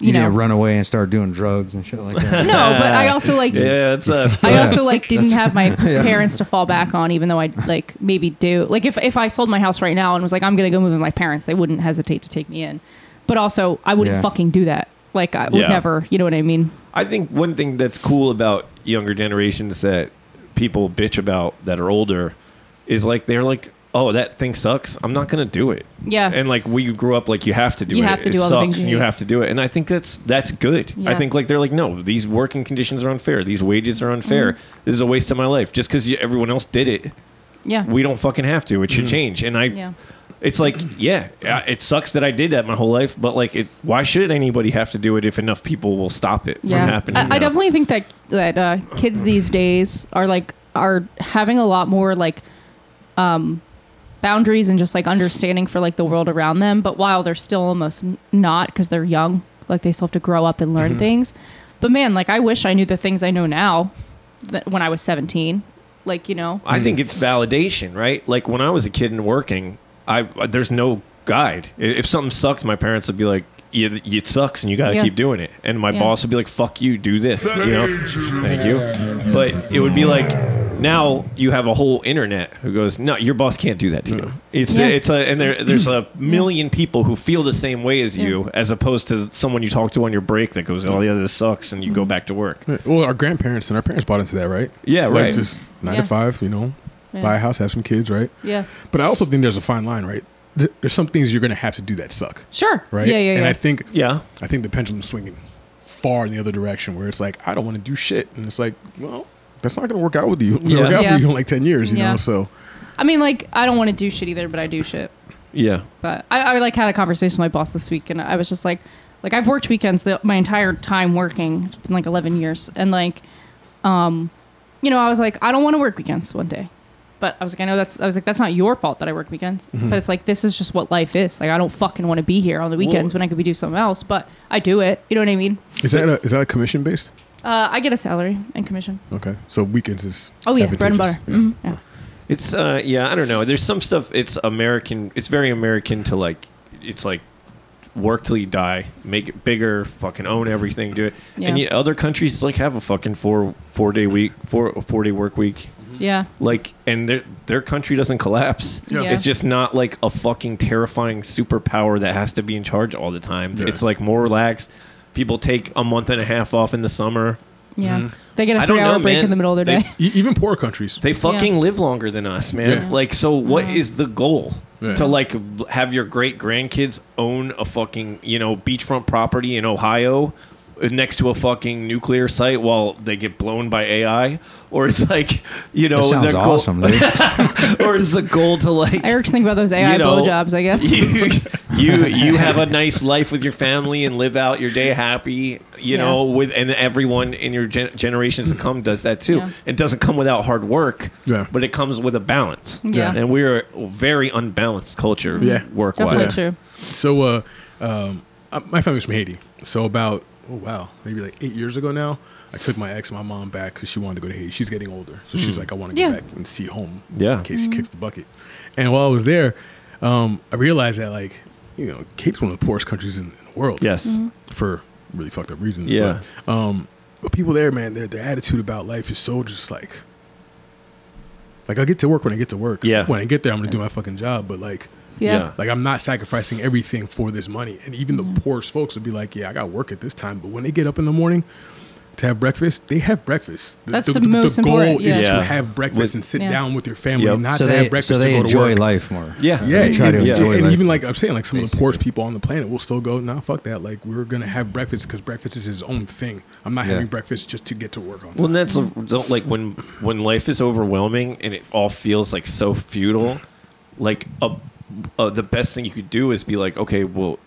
Speaker 2: you,
Speaker 4: You,
Speaker 2: know,
Speaker 4: didn't run away and start doing drugs and shit like that.
Speaker 2: no, but I also like.
Speaker 3: yeah, it's us.
Speaker 2: I also like didn't have my parents to fall back on, even though I like maybe do. Like if if I sold my house right now and was like I'm gonna go move with my parents, they wouldn't hesitate to take me in. But also, I wouldn't
Speaker 4: Yeah.
Speaker 2: fucking do that. Like I would
Speaker 3: Yeah.
Speaker 2: never. You know what I mean?
Speaker 3: I think one thing that's cool about younger generations that people bitch about that are older is like they're like, oh, that thing sucks. I'm not gonna do it.
Speaker 2: Yeah.
Speaker 3: And like we grew up, like you have to do
Speaker 2: You
Speaker 3: it.
Speaker 2: have to
Speaker 3: it
Speaker 2: do all
Speaker 3: sucks
Speaker 2: the things
Speaker 3: and
Speaker 2: you
Speaker 3: you
Speaker 2: hate.
Speaker 3: have to do it. And I think that's that's good. I
Speaker 2: Yeah.
Speaker 3: think like they're like, no, these working conditions are unfair. These wages are unfair.
Speaker 2: Mm-hmm.
Speaker 3: This is a waste of my life. Just because everyone else did it,
Speaker 2: Yeah. Mm-hmm.
Speaker 3: we don't fucking have to. It should change. And I,
Speaker 2: Yeah.
Speaker 3: it's like, yeah, uh, it sucks that I did that my whole life, but like, it, why should anybody have to do it if enough people will stop it from happening?
Speaker 2: I, I
Speaker 3: you know?
Speaker 2: definitely think that that uh, kids these days are like are having a lot more like um, boundaries and just like understanding for like the world around them. But while they're still almost n- not because they're young, like they still have to grow up and learn
Speaker 5: Mm-hmm.
Speaker 2: things. But man, like I wish I knew the things I know now that when I was seventeen. Like you know,
Speaker 3: I think it's validation, right? Like when I was a kid and working, I uh, there's no guide. I- If something sucked, my parents would be like, "Yeah, it sucks, and you got to
Speaker 2: Yeah.
Speaker 3: keep doing it." And my
Speaker 2: Yeah.
Speaker 3: boss would be like, "Fuck you, do this." You know? Thank you. But it would be like now you have a whole internet who goes, "No, your boss can't do that to you." It's
Speaker 2: Yeah.
Speaker 3: it's a and there there's a million people who feel the same way as
Speaker 2: Yeah.
Speaker 3: you, as opposed to someone you talk to on your break that goes, "Oh yeah, this sucks," and you
Speaker 2: Mm-hmm.
Speaker 3: go back to work.
Speaker 5: eh, Well, our grandparents and our parents bought into that, right?
Speaker 3: Yeah,
Speaker 5: Like,
Speaker 3: right.
Speaker 5: just nine
Speaker 2: Yeah.
Speaker 5: to five, you know,
Speaker 2: Yeah.
Speaker 5: buy a house, have some kids, right?
Speaker 2: yeah,
Speaker 5: But I also think there's a fine line, right? Th- There's some things you're going to have to do that suck,
Speaker 2: sure,
Speaker 5: right?
Speaker 2: yeah, yeah, yeah.
Speaker 5: And I think
Speaker 3: Yeah.
Speaker 5: I think the pendulum's swinging far in the other direction, where it's like I don't want to do shit, and it's like, well, that's not going to work out with you. It'll
Speaker 3: Yeah.
Speaker 5: work out
Speaker 2: Yeah.
Speaker 5: for you in like ten years, you
Speaker 2: Yeah.
Speaker 5: know. So
Speaker 2: I mean, like I don't want to do shit either, but I do shit.
Speaker 3: Yeah.
Speaker 2: But I, I like had a conversation with my boss this week, and I was just like, like I've worked weekends the, my entire time working, it's been like eleven years, and like, um, you know, I was like, I don't want to work weekends one day, but I was like, I know that's, I was like, that's not your fault that I work weekends, but it's like this is just what life is. Like I don't fucking want to be here on the weekends
Speaker 3: Mm-hmm. Well-
Speaker 2: when I could be doing something else, but I do it. You know what I mean?
Speaker 5: is that a, is that a commission based?
Speaker 2: Uh, I get a salary and commission.
Speaker 5: Okay, so weekends is
Speaker 2: Oh yeah, bread and butter. Mhm,
Speaker 5: advantageous.
Speaker 2: Yeah.
Speaker 3: It's uh yeah, I don't know. There's some stuff it's American it's very American to like it's like work till you die, make it bigger, fucking own everything, do it. And
Speaker 2: Yeah.
Speaker 3: yet other countries like have a fucking four four day week, four four day work week.
Speaker 2: yeah.
Speaker 3: Like and their their country doesn't collapse.
Speaker 2: Yeah. Yeah.
Speaker 3: It's just not like a fucking terrifying superpower that has to be in charge all the time.
Speaker 5: Yeah.
Speaker 3: It's like more relaxed. People take a month and a half off in the summer.
Speaker 2: Yeah. They get
Speaker 3: Mm-hmm. I don't
Speaker 2: a three hour
Speaker 3: know,
Speaker 2: break
Speaker 3: man.
Speaker 2: in the middle of their
Speaker 5: They-
Speaker 2: day.
Speaker 5: e- even poorer countries.
Speaker 3: They fucking live longer than us, man.
Speaker 5: Yeah.
Speaker 3: Like, so what is the goal?
Speaker 5: Yeah.
Speaker 3: To like b- have your great grandkids own a fucking you know beachfront property in Ohio uh, next to a fucking nuclear site while they get blown by AI, or it's like you know
Speaker 4: That sounds
Speaker 3: their goal-
Speaker 4: awesome, dude.
Speaker 3: or is the goal to like
Speaker 2: Eric's thinking about those AI
Speaker 3: You know,
Speaker 2: blowjobs, I guess.
Speaker 3: you, you you have a nice life with your family and live out your day happy you
Speaker 2: Yeah.
Speaker 3: know with and everyone in your gen- generations to come does that too
Speaker 2: Yeah.
Speaker 3: it doesn't come without hard work
Speaker 5: Yeah.
Speaker 3: but it comes with a balance
Speaker 2: Yeah.
Speaker 3: and we're a very unbalanced culture
Speaker 5: Yeah.
Speaker 3: work
Speaker 2: Definitely
Speaker 3: wise
Speaker 2: true.
Speaker 5: So, uh, um, uh, my family's from Haiti. So about oh wow, maybe like eight years ago now, I took my ex, and my mom back because she wanted to go to Haiti. She's getting older, so she's like, I want to
Speaker 2: Yeah.
Speaker 5: go back and see home.
Speaker 3: Hmm. Yeah.
Speaker 5: in case she kicks the bucket. And while I was there, um, I realized that like you know, Cape's one of the poorest countries in, in the world.
Speaker 3: yes
Speaker 2: Mm-hmm.
Speaker 5: for really fucked up reasons.
Speaker 3: Yeah.
Speaker 5: But, um, but people there, man, their their attitude about life is so just like, like I get to work when I get to work.
Speaker 3: Yeah.
Speaker 5: When I get there, I'm gonna do my fucking job. But like,
Speaker 2: Yeah.
Speaker 5: like I'm not sacrificing everything for this money. And even
Speaker 2: Mm-hmm.
Speaker 5: the poorest folks would be like, yeah, I got work at this time. But when they get up in the morning to have breakfast, they have breakfast.
Speaker 2: That's the most
Speaker 5: goal
Speaker 2: important,
Speaker 5: is
Speaker 3: yeah.
Speaker 5: to
Speaker 3: Yeah.
Speaker 5: have breakfast
Speaker 3: With-
Speaker 5: and sit
Speaker 2: Yeah.
Speaker 5: down with your family,
Speaker 3: Yep.
Speaker 5: not
Speaker 4: so
Speaker 5: to
Speaker 4: they,
Speaker 5: have breakfast
Speaker 4: so they
Speaker 5: to go
Speaker 4: enjoy
Speaker 5: to work.
Speaker 4: life more.
Speaker 3: yeah
Speaker 5: Yeah,
Speaker 4: They try to
Speaker 5: and,
Speaker 4: enjoy
Speaker 5: and
Speaker 4: life.
Speaker 5: even like I'm saying, like some of the poorest people on the planet will still go, nah, fuck that. Like we're gonna have breakfast because breakfast is his own thing. I'm not
Speaker 4: Yeah.
Speaker 5: having breakfast just to get to work on. Time.
Speaker 3: Well, and that's a, don't, like when when life is overwhelming and it all feels like so futile. Like a, a, the best thing you could do is be like, okay, well,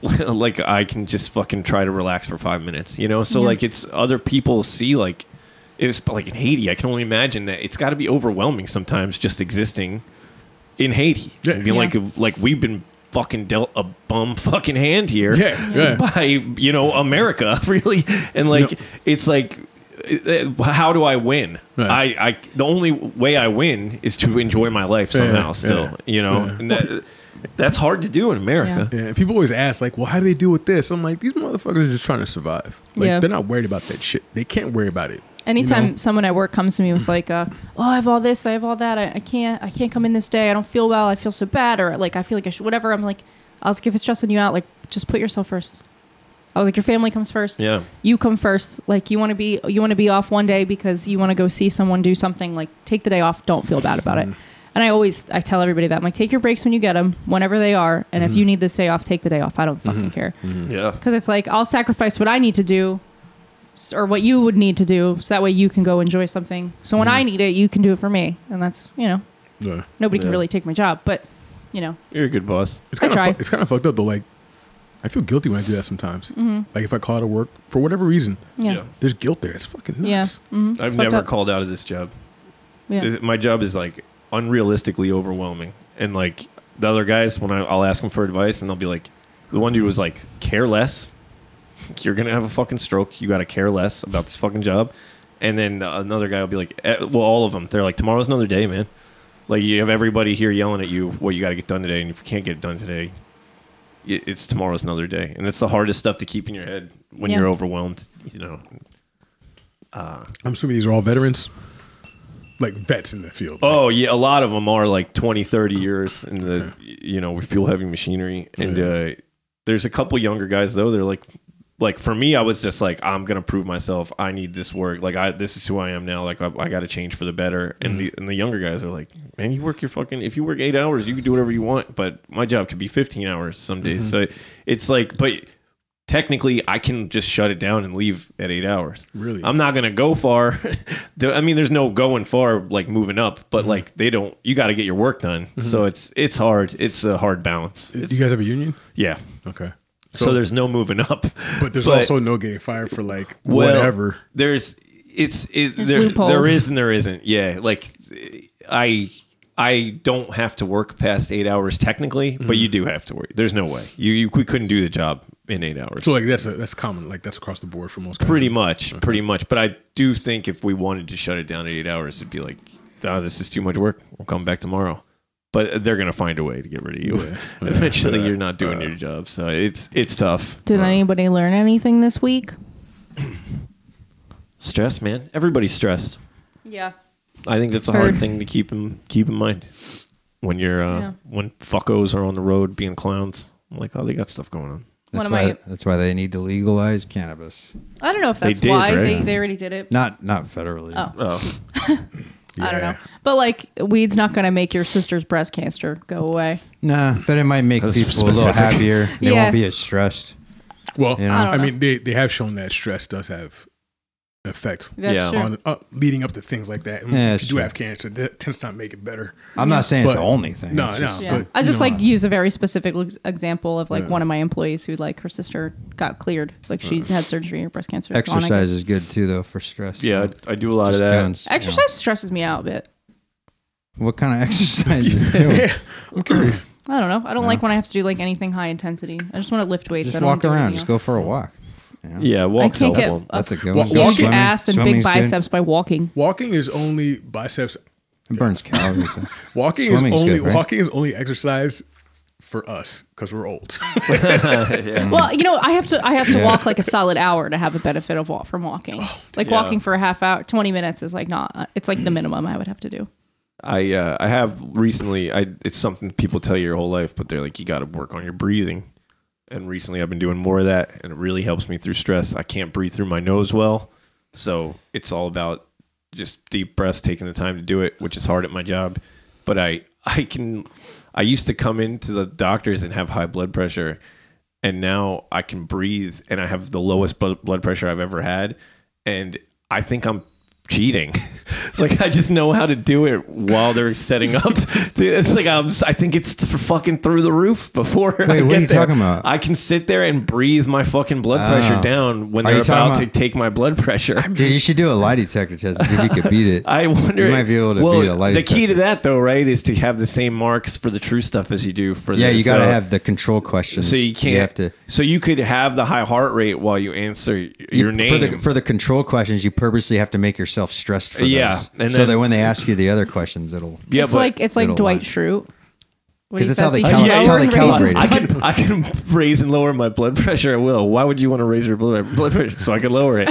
Speaker 3: like I can just fucking try to relax for five minutes, you know. So
Speaker 2: Yeah.
Speaker 3: like it's other people see like it was like in Haiti. I can only imagine that it's got to be overwhelming sometimes just existing in Haiti.
Speaker 5: Yeah.
Speaker 3: I mean, like like we've been fucking dealt a bum fucking hand here
Speaker 5: Yeah, yeah.
Speaker 3: by you know America really, and like
Speaker 5: No.
Speaker 3: it's like. uh, uh, How do I win?
Speaker 5: Right.
Speaker 3: I, I the only way I win is to enjoy my life somehow.
Speaker 5: yeah,
Speaker 3: still, you know,
Speaker 5: yeah.
Speaker 3: and that, that's hard to do in America.
Speaker 5: Yeah, and people always ask, like, well, how do they deal with this? I'm like, these motherfuckers are just trying to survive. Like,
Speaker 2: Yeah.
Speaker 5: they're not worried about that shit. They can't worry about it.
Speaker 2: Anytime
Speaker 5: You know?
Speaker 2: someone at work comes to me with like, uh, "Oh, I have all this, I have all that, I, I can't, I can't come in this day. I don't feel well. I feel so bad, or like I feel like I should, whatever." I'm like, I was like, if it's stressing you out, like just put yourself first. I was like, your family comes first.
Speaker 3: Yeah.
Speaker 2: you come first. Like you want to be, you want to be off one day because you want to go see someone do something. Like take the day off. Don't feel bad about it. And I always, I tell everybody that I'm like, take your breaks when you get them, whenever they are. And if you need this day off, take the day off. I don't fucking care
Speaker 5: Mm.
Speaker 3: yeah.
Speaker 2: because it's like I'll sacrifice what I need to do s- or what you would need to do so that way you can go enjoy something. So when
Speaker 3: Mm-hmm.
Speaker 2: I need it, you can do it for me. And that's, you know,
Speaker 5: Yeah.
Speaker 2: nobody
Speaker 3: Yeah.
Speaker 2: can really take my job, but you know,
Speaker 3: You're a good boss.
Speaker 5: It's
Speaker 2: I
Speaker 5: kind of
Speaker 2: try.
Speaker 5: it's kind of fucked up though. Like, I feel guilty when I do that sometimes.
Speaker 2: Mm-hmm.
Speaker 5: Like if I call out of work for whatever reason,
Speaker 2: yeah.
Speaker 3: Yeah.
Speaker 5: there's guilt there. It's fucking
Speaker 2: Yeah.
Speaker 5: nuts.
Speaker 2: Mhm. It's
Speaker 3: I've
Speaker 2: fucked
Speaker 3: never
Speaker 2: up.
Speaker 3: called out of this job.
Speaker 2: Yeah.
Speaker 3: Is- My job is like unrealistically overwhelming, and like the other guys, when I, I'll ask them for advice, and they'll be like, the one dude was like, "Care less. You're gonna have a fucking stroke. You gotta care less about this fucking job." And then another guy will be like, eh, "Well, all of them. They're like, tomorrow's another day, man. Like you have everybody here yelling at you what you got to get done today, and if you can't get it done today, i- it's tomorrow's another day, and it's the hardest stuff to keep in your head when
Speaker 2: Yeah.
Speaker 3: you're overwhelmed. You know,
Speaker 5: I'm assuming these are all veterans, like vets in the field.
Speaker 3: Oh yeah, a lot of them are like 20, 30 years in the you know with fuel heavy machinery, and uh, there's a couple younger guys though. They're like, like for me, I was just like, I'm gonna prove myself. I need this work. Like I, this is who I am now. Like I, I got to change for the better. And the and the younger guys are like, man, you work your fucking. If you work eight hours, you can do whatever you want. But my job could be 15 hours some days. So it's like, but technically I can just shut it down and leave at eight hours.
Speaker 5: Really?
Speaker 3: I'm not gonna go far. The- I mean, there's no going far like moving up,
Speaker 5: Mm-hmm.
Speaker 3: but like they don't. You got to get your work done. So it's it's hard. It's a hard balance.
Speaker 5: do
Speaker 3: It's-
Speaker 5: Mm-hmm. you guys have a union?
Speaker 3: yeah.
Speaker 5: Okay,
Speaker 3: So, there's no moving up.
Speaker 5: but there's also no getting fired for like
Speaker 3: well,
Speaker 5: whatever.
Speaker 3: There's it's it,
Speaker 2: There's
Speaker 3: there
Speaker 2: loopholes.
Speaker 3: there is and there isn't. Yeah, like I. I don't have to work past eight hours technically, but
Speaker 5: Mm-hmm.
Speaker 3: you do have to work. There's no way you, you we couldn't do the job in eight hours.
Speaker 5: So like that's a, that's common. Like that's across the board for most. guys.
Speaker 3: Pretty much, pretty much. But I do think if we wanted to shut it down at eight hours, it'd be like, oh, this is too much work. We'll come back tomorrow. But they're gonna find a way to get rid of you. Eventually, you're not doing your job, so it's it's tough.
Speaker 2: Did anybody learn anything this week?
Speaker 3: Stress, man. Everybody's stressed.
Speaker 2: Yeah.
Speaker 3: I think that's a hard
Speaker 2: Heard.
Speaker 3: thing to keep in keep in mind when you're uh,
Speaker 2: Yeah.
Speaker 3: when fuckos are on the road being clowns. I'm like, oh, they got stuff going on.
Speaker 2: One
Speaker 4: That's
Speaker 2: of
Speaker 4: why,
Speaker 2: my-
Speaker 4: that's why they need to legalize cannabis.
Speaker 2: I don't know if
Speaker 3: They
Speaker 2: that's
Speaker 3: did,
Speaker 2: why
Speaker 3: right?
Speaker 2: they, they already did it.
Speaker 4: Not not federally.
Speaker 2: Oh.
Speaker 3: Oh,
Speaker 2: I don't know.
Speaker 5: Yeah.
Speaker 2: But like weed's not going to make your sister's breast cancer go away.
Speaker 4: Nah, but it might make
Speaker 3: That's
Speaker 4: people a little
Speaker 3: specific.
Speaker 4: happier. They
Speaker 2: Yeah.
Speaker 4: won't be as stressed.
Speaker 5: Well,
Speaker 4: You know?
Speaker 2: I don't
Speaker 5: I
Speaker 2: know.
Speaker 5: mean, they, they have shown that stress does have an effect
Speaker 2: That's
Speaker 3: Yeah.
Speaker 2: true.
Speaker 5: on uh, leading up to things like that. And
Speaker 4: Yeah,
Speaker 5: if
Speaker 4: that's
Speaker 5: you do
Speaker 4: true.
Speaker 5: have cancer, that tends to not make it better.
Speaker 4: I'm not saying it's
Speaker 5: But-
Speaker 4: the only thing.
Speaker 5: No,
Speaker 4: It's
Speaker 5: no.
Speaker 4: just-
Speaker 2: Yeah,
Speaker 5: But,
Speaker 2: I
Speaker 5: you
Speaker 2: just
Speaker 5: know,
Speaker 4: uh,
Speaker 2: like use a very specific ex- example of like
Speaker 5: Yeah.
Speaker 2: one of my employees who like her sister got cleared, like she had surgery, her breast cancer. is gone, I guess.
Speaker 4: Uh, Exercise is good too, though, for stress.
Speaker 3: yeah, I I do a lot
Speaker 4: Just
Speaker 3: of that.
Speaker 4: doing s-
Speaker 2: Exercise stresses me out a bit.
Speaker 4: What kind of exercise you doing?
Speaker 5: Yeah, I'm curious.
Speaker 2: I don't know. I don't like when I have to do like anything high intensity. I just want to lift weights. I
Speaker 4: Just
Speaker 2: don't wanna
Speaker 4: walk
Speaker 2: do
Speaker 4: around.
Speaker 2: anything
Speaker 4: Just
Speaker 2: else.
Speaker 4: go for a walk.
Speaker 3: Yeah,
Speaker 2: I
Speaker 3: walks
Speaker 2: can't get
Speaker 3: helpful.
Speaker 4: That's a good
Speaker 5: Wa-
Speaker 4: one.
Speaker 5: walking-
Speaker 2: huge
Speaker 5: Swimming-
Speaker 2: ass and big
Speaker 4: swimming's good.
Speaker 2: biceps by walking.
Speaker 5: Walking is only biceps.
Speaker 4: It burns calories. though.
Speaker 5: Walking
Speaker 4: Swimming's
Speaker 5: is only
Speaker 4: good, right?
Speaker 5: walking is only exercise for us because we're old.
Speaker 4: Mm.
Speaker 2: Well, you know, I have to I have to walk like a solid hour to have a benefit of walk from walking.
Speaker 4: Oh,
Speaker 2: like
Speaker 3: Yeah.
Speaker 2: walking for a half hour, twenty minutes is like not. uh, It's like the minimum I would have to do.
Speaker 3: I uh, I have recently. I it's something people tell you your whole life, but they're like you got to work on your breathing. And recently, I've been doing more of that, and it really helps me through stress. I can't breathe through my nose well, so it's all about just deep breaths, taking the time to do it, which is hard at my job. But I I can I used to come into the doctors and have high blood pressure, and now I can breathe, and I have the lowest bu- blood pressure I've ever had, and I think I'm cheating. like I just know how to do it while they're setting up. Dude, it's like I'm. I think it's th- fucking through the roof before. Wait,
Speaker 4: what are you talking about?
Speaker 3: I can sit there and breathe my fucking blood pressure down when
Speaker 4: Ah. Are you
Speaker 3: they're
Speaker 4: talking
Speaker 3: about to
Speaker 4: about-
Speaker 3: take my blood pressure.
Speaker 4: Dude, you should do a lie detector test and see if you could beat it.
Speaker 3: I wonder.
Speaker 4: You might be able to
Speaker 3: well,
Speaker 4: beat a lie
Speaker 3: the key to
Speaker 4: detector.
Speaker 3: that, though, right, is to have the same marks for the true stuff as you do for.
Speaker 4: yeah,
Speaker 3: this.
Speaker 4: you got to
Speaker 3: So-
Speaker 4: have the control questions.
Speaker 3: So you can't.
Speaker 4: have to.
Speaker 3: So you could have the high heart rate while you answer y- your name.
Speaker 4: for the for the control questions. You purposely have to make yourself stressed for
Speaker 3: Yeah,
Speaker 4: those,
Speaker 3: and
Speaker 4: so
Speaker 3: then-
Speaker 4: that when they ask you the other questions, it'll.
Speaker 3: yeah,
Speaker 2: it's
Speaker 3: but-
Speaker 2: like it's like
Speaker 4: Little
Speaker 2: Dwight
Speaker 4: one.
Speaker 2: Schrute. When
Speaker 4: 'Cause
Speaker 2: he
Speaker 4: that's how
Speaker 2: says
Speaker 4: they
Speaker 3: Uh,
Speaker 2: he
Speaker 4: cal-
Speaker 2: can
Speaker 4: that's
Speaker 2: lower
Speaker 4: how they
Speaker 2: and raise his
Speaker 4: calibrate
Speaker 3: I
Speaker 2: blood
Speaker 3: can I can raise and lower my blood pressure at will. Why would you want to raise your blood blood pressure so I could lower it?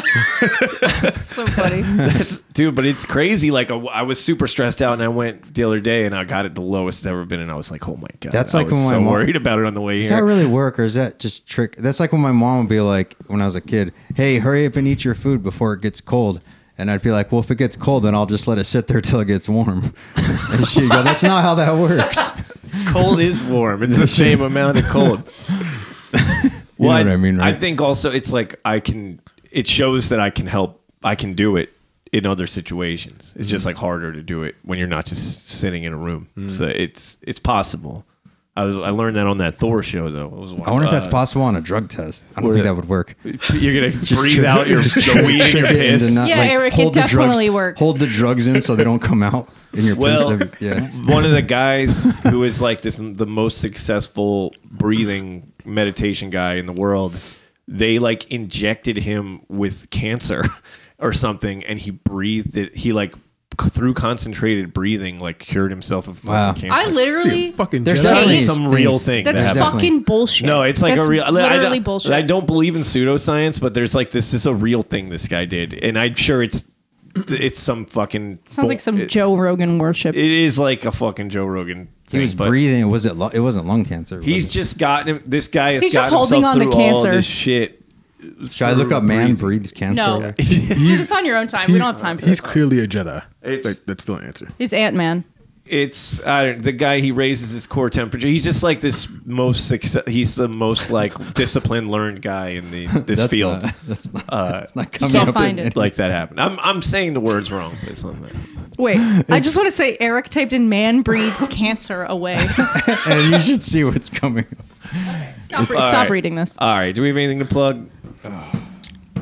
Speaker 2: so funny.
Speaker 3: That's, dude, but it's crazy. Like I I was super stressed out, and I went the other day, and I got it the lowest it's ever been, and I was like, oh my god,
Speaker 4: That's
Speaker 3: I
Speaker 4: like
Speaker 3: was
Speaker 4: when my
Speaker 3: so
Speaker 4: mom-
Speaker 3: worried about it on the way
Speaker 4: Does
Speaker 3: here.
Speaker 4: that really work, or is that just trick? That's like when my mom would be like, when I was a kid, "Hey, hurry up and eat your food before it gets cold." And I'd be like, "Well, if it gets cold, then I'll just let it sit there till it gets warm." And she'd go, "That's not how that works."
Speaker 3: cold is warm. It's the same amount of cold.
Speaker 4: You know what I mean, right?
Speaker 3: I think also it's like I can. It shows that I can help. I can do it in other situations. It's
Speaker 4: Mm.
Speaker 3: just like harder to do it when you're not just sitting in a room. So it's it's possible. I was I learned that on that Thor show though. It was
Speaker 4: I wonder if that's
Speaker 3: uh,
Speaker 4: possible on a drug test. I don't think that would work.
Speaker 3: You're gonna breathe
Speaker 4: trigger-
Speaker 3: out your
Speaker 4: just
Speaker 3: the
Speaker 4: trigger-
Speaker 3: weed in your
Speaker 4: trigger it into
Speaker 3: piss.
Speaker 4: not,
Speaker 2: Yeah, Eric, it
Speaker 4: hold the drugs-
Speaker 2: definitely works.
Speaker 4: Hold the drugs in so they don't come out in your
Speaker 3: Well,
Speaker 4: piss. Yeah.
Speaker 3: one of the guys who is like this the most successful breathing meditation guy in the world, they like injected him with cancer or something, and he breathed it. He like c- through concentrated breathing, like cured himself of fucking
Speaker 4: Wow.
Speaker 3: cancer.
Speaker 2: I literally
Speaker 5: See, fucking
Speaker 4: There's
Speaker 5: Jedi.
Speaker 4: definitely
Speaker 2: Hey,
Speaker 3: some
Speaker 4: things-
Speaker 3: real thing
Speaker 2: that's
Speaker 3: that happened.
Speaker 4: definitely-
Speaker 2: fucking bullshit.
Speaker 3: No, it's like
Speaker 2: That's
Speaker 3: a real I- I,
Speaker 2: literally
Speaker 3: don't-
Speaker 2: bullshit.
Speaker 3: I don't believe in pseudoscience, but there's like this is a real thing this guy did, and I'm sure it's it's some fucking
Speaker 2: Sounds like some
Speaker 3: It,
Speaker 2: Joe Rogan worship.
Speaker 3: it is like a fucking Joe Rogan.
Speaker 4: He
Speaker 3: thing,
Speaker 4: was
Speaker 3: but
Speaker 4: breathing. It wasn't. lu- It wasn't lung cancer.
Speaker 3: He's just gotten him. This guy has
Speaker 2: He's just
Speaker 3: gotten
Speaker 2: holding
Speaker 3: himself
Speaker 2: on to
Speaker 3: through all
Speaker 2: cancer.
Speaker 3: this shit.
Speaker 4: Should I look up man breathes cancer?
Speaker 2: no, do
Speaker 5: He's-
Speaker 2: this on your own time. We
Speaker 5: he's-
Speaker 2: don't have time for
Speaker 5: He's
Speaker 2: this.
Speaker 5: clearly a Jedi.
Speaker 3: It's-
Speaker 5: Like, that's still an answer.
Speaker 2: He's Ant Man.
Speaker 3: It's I don't, the guy. He raises his core temperature. He's just like this most success. He's the most like disciplined, learned guy in the this
Speaker 4: That's
Speaker 3: field.
Speaker 4: Not, that's not.
Speaker 3: Uh,
Speaker 4: It's not coming
Speaker 2: Shall
Speaker 4: up.
Speaker 2: find it.
Speaker 3: like that happened. I'm I'm saying the words wrong, but it's on there.
Speaker 2: Wait, I just want to say Eric typed in "man breathes cancer away."
Speaker 4: and you should see what's coming up.
Speaker 2: Stop, re-
Speaker 3: All
Speaker 2: stop
Speaker 3: right.
Speaker 2: reading this.
Speaker 3: All right. Do we have anything to plug?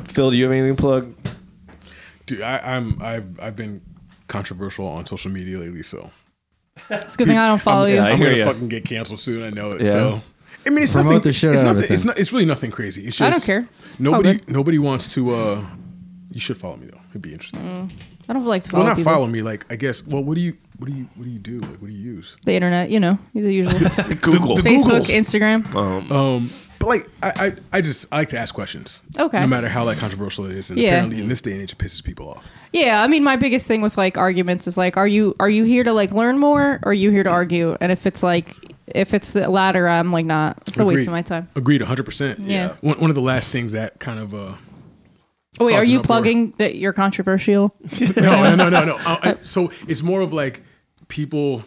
Speaker 3: Phil, do you have anything to plug?
Speaker 5: Dude, I, I'm I've I've been controversial on social media lately, so
Speaker 2: It's a good thing I don't follow
Speaker 3: yeah,
Speaker 2: you.
Speaker 3: I
Speaker 5: I'm
Speaker 3: hear
Speaker 5: gonna
Speaker 3: ya.
Speaker 5: fucking get canceled soon. I know it.
Speaker 3: Yeah.
Speaker 5: So I mean, it's
Speaker 4: Promote
Speaker 5: nothing.
Speaker 4: the shit
Speaker 5: it's
Speaker 4: out of
Speaker 5: nothing. It's
Speaker 4: everything.
Speaker 5: not. It's really nothing crazy. It's just
Speaker 2: I don't care. It's all
Speaker 5: Nobody.
Speaker 2: good.
Speaker 5: Nobody wants to. uh You should follow me though. It'd be interesting.
Speaker 2: Mm, I don't like to follow
Speaker 5: well, not
Speaker 2: people.
Speaker 5: follow me. Like I guess. Well, what do you? What do you? What do you do? Like what do you use?
Speaker 2: The internet, you know, the usual.
Speaker 3: Google.
Speaker 5: the-
Speaker 2: Facebook,
Speaker 5: Googles.
Speaker 2: Instagram.
Speaker 5: Um, but like I, I, I just I like to ask questions.
Speaker 2: Okay.
Speaker 5: No matter how like controversial it is, and
Speaker 2: Yeah.
Speaker 5: apparently in this day and age, it pisses people off.
Speaker 2: Yeah, I mean, my biggest thing with like arguments is like, are you are you here to like learn more, or are you here to argue? And if it's like, if it's the latter, I'm like, not. Nah, it's a waste of my time.
Speaker 5: Agreed, 100. percent
Speaker 2: Yeah.
Speaker 5: One, one of the last things that kind of uh.
Speaker 2: Oh, wait, are
Speaker 5: Causing
Speaker 2: you
Speaker 5: uproar.
Speaker 2: plugging that you're controversial?
Speaker 5: No, no, no, no, no. I, I, so it's more of like people.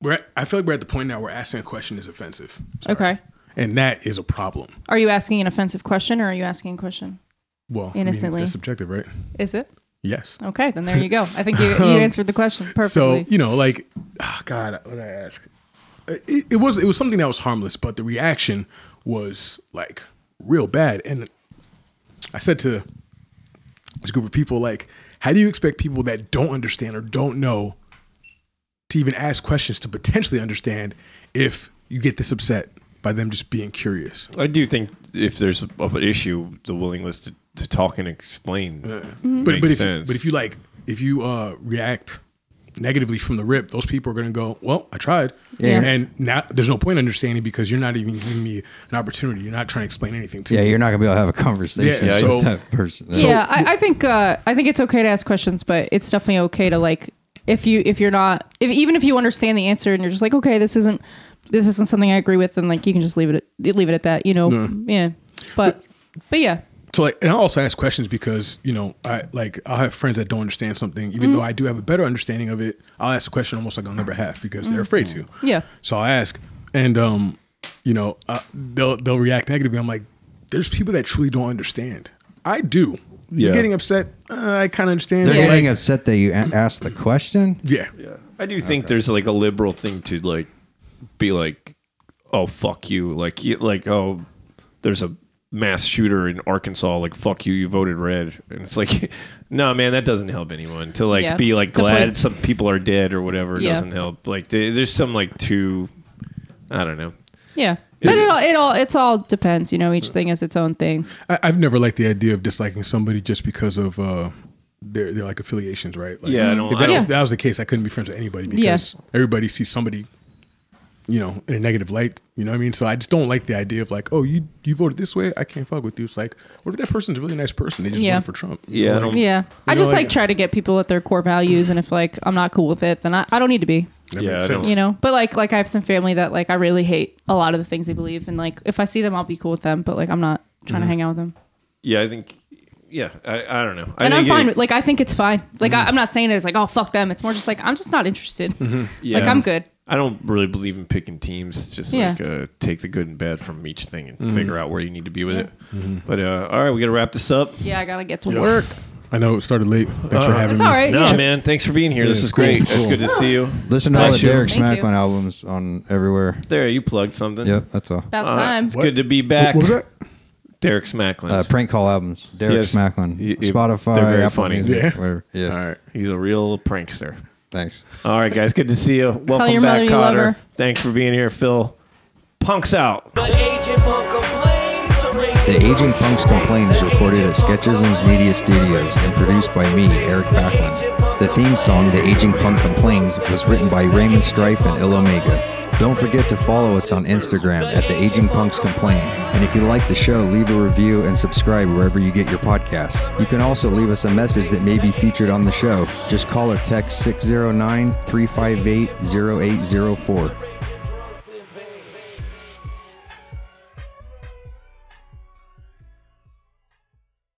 Speaker 5: We're at, I feel like we're at the point now where asking a question is offensive,
Speaker 2: Okay.
Speaker 5: and that is a problem.
Speaker 2: Are you asking an offensive question, or are you asking a question?
Speaker 5: Well, I mean,
Speaker 2: Innocently.
Speaker 5: that's subjective, right?
Speaker 2: Is it
Speaker 5: Yes.
Speaker 2: okay? Then there you go. I think you, you answered the question perfectly.
Speaker 5: So you know, like, ah, God, what did I ask? It, it was it was something that was harmless, but the reaction was like real bad. And I said to this group of people, like, how do you expect people that don't understand or don't know to even ask questions to potentially understand if you get this upset by them just being curious?
Speaker 3: I do think if there's a- an issue, the willingness to, to talk and explain.
Speaker 4: Mm-hmm.
Speaker 5: But but
Speaker 3: Makes
Speaker 5: if you,
Speaker 3: sense.
Speaker 5: but if you like if you uh, react negatively from the rip, those people are gonna go, well, I tried,
Speaker 2: Yeah.
Speaker 5: and now there's no point understanding because you're not even giving me an opportunity. You're not trying to explain anything to
Speaker 4: Yeah,
Speaker 5: me.
Speaker 4: you're not gonna be able to have a conversation
Speaker 5: Yeah,
Speaker 4: with
Speaker 5: so-
Speaker 4: that person.
Speaker 2: yeah, I, I think uh, I think it's okay to ask questions, but it's definitely okay to like if you if you're not if, even if you understand the answer and you're just like okay this isn't this isn't something I agree with then like you can just leave it at, leave it at that you know yeah but but yeah
Speaker 5: So like, and I also ask questions because you know, I like I'll have friends that don't understand something, even though I do have a better understanding of it. I'll ask a question almost like I'll never have because they're afraid to.
Speaker 2: Yeah.
Speaker 5: So I ask, and um, you know, uh, they'll they'll react negatively. I'm like, there's people that truly don't understand. I do.
Speaker 3: Yeah.
Speaker 5: You're getting upset. Uh, I kind of understand.
Speaker 4: They're
Speaker 5: but,
Speaker 4: getting
Speaker 5: like,
Speaker 4: upset that you a- asked the question.
Speaker 5: Yeah.
Speaker 3: Yeah. I do think there's like a liberal thing to like be like, oh fuck you, like you, like oh, there's a mass shooter in Arkansas, like fuck you, you voted red, and it's like, no man, that doesn't help anyone. To like
Speaker 2: Yeah.
Speaker 3: be like
Speaker 2: To
Speaker 3: glad
Speaker 2: put-
Speaker 3: some people are dead or whatever
Speaker 2: Yeah.
Speaker 3: doesn't help. Like there- there's some like too, I don't know.
Speaker 2: Yeah. But it all, it all, it's all depends. You know, each thing is its own thing.
Speaker 5: I, I've never liked the idea of disliking somebody just because of uh, their their like affiliations, right? Like,
Speaker 3: Yeah, I don't
Speaker 5: if that,
Speaker 3: like-
Speaker 5: if that was the case, I couldn't be friends with anybody
Speaker 2: Yeah.
Speaker 5: because everybody sees somebody, you know, in a negative light. You know what I mean? So I just don't like the idea of like, oh, you you voted this way, I can't fuck with you. It's like, what if that person's a really nice person? They just
Speaker 2: Yeah.
Speaker 5: voted for Trump. You
Speaker 3: Yeah,
Speaker 5: know,
Speaker 3: I
Speaker 5: like,
Speaker 3: don't-
Speaker 2: Yeah. I
Speaker 5: know,
Speaker 2: just
Speaker 5: like-
Speaker 2: like try to get people at their core values. And if like I'm not cool with it, then I, I don't need to be.
Speaker 5: that
Speaker 3: Yeah,
Speaker 5: makes
Speaker 3: I don't-
Speaker 5: sense.
Speaker 2: you know but like like i have some family that like i really hate a lot of the things they believe and like if i see them i'll be cool with them but like i'm not trying to hang out with them
Speaker 3: Yeah, I think. Yeah, I, I don't know. I Mm-hmm.
Speaker 2: and i'm
Speaker 3: think
Speaker 2: fine
Speaker 3: it-
Speaker 2: with like i think it's fine like I, i'm not saying it's like oh fuck them it's more just like i'm just not interested
Speaker 3: Mm-hmm. yeah.
Speaker 2: like i'm good
Speaker 3: I don't really believe in picking teams. It's just
Speaker 2: Yeah.
Speaker 3: like uh, take the good and bad from each thing and figure out where you need to be with it. But uh, all right, we got to wrap this up.
Speaker 2: yeah i gotta get to work
Speaker 5: I know it started late. Thanks for having
Speaker 2: it's
Speaker 5: me.
Speaker 2: all right
Speaker 3: No,
Speaker 2: yeah.
Speaker 3: man, thanks for being here. this
Speaker 5: it's
Speaker 3: is
Speaker 5: cool,
Speaker 3: great.
Speaker 5: cool.
Speaker 3: It's good to see you.
Speaker 4: Listen to all the
Speaker 3: Bless you.
Speaker 4: Derek
Speaker 2: Thank you.
Speaker 4: Smackman albums on everywhere.
Speaker 3: There, you plugged something.
Speaker 4: Yep, that's all.
Speaker 2: about
Speaker 3: All right,
Speaker 2: time
Speaker 3: It's good to be back.
Speaker 5: What was that?
Speaker 3: Derek Smacklin.
Speaker 4: Uh, prank call albums. Derek
Speaker 3: Yes.
Speaker 4: Smackman.
Speaker 3: Y- y-
Speaker 4: Spotify.
Speaker 3: they're very
Speaker 4: Apple
Speaker 3: funny.
Speaker 4: Music,
Speaker 5: Yeah.
Speaker 4: whatever. Yeah.
Speaker 5: All right.
Speaker 3: He's a real prankster.
Speaker 4: Thanks.
Speaker 3: All right, guys, good to see you. Welcome
Speaker 2: your
Speaker 3: back,
Speaker 2: mother you love
Speaker 3: Cotter.
Speaker 2: her.
Speaker 3: Thanks for being here, Phil. Punks out.
Speaker 1: The Agent Punk Complains. The Raging
Speaker 4: The Aging
Speaker 1: Drunk
Speaker 4: Funk's Complaint is recorded at Sketchisms Media Studios and produced by me, Eric Backlund. The theme song, The Aging Funk Complains, was written by Raymond Strife and Il Omega. Don't forget to follow us on Instagram at The Aging Punks Complain. And if you like the show, leave a review and subscribe wherever you get your podcast. You can also leave us a message that may be featured on the show. Just call or text 609 358 0804.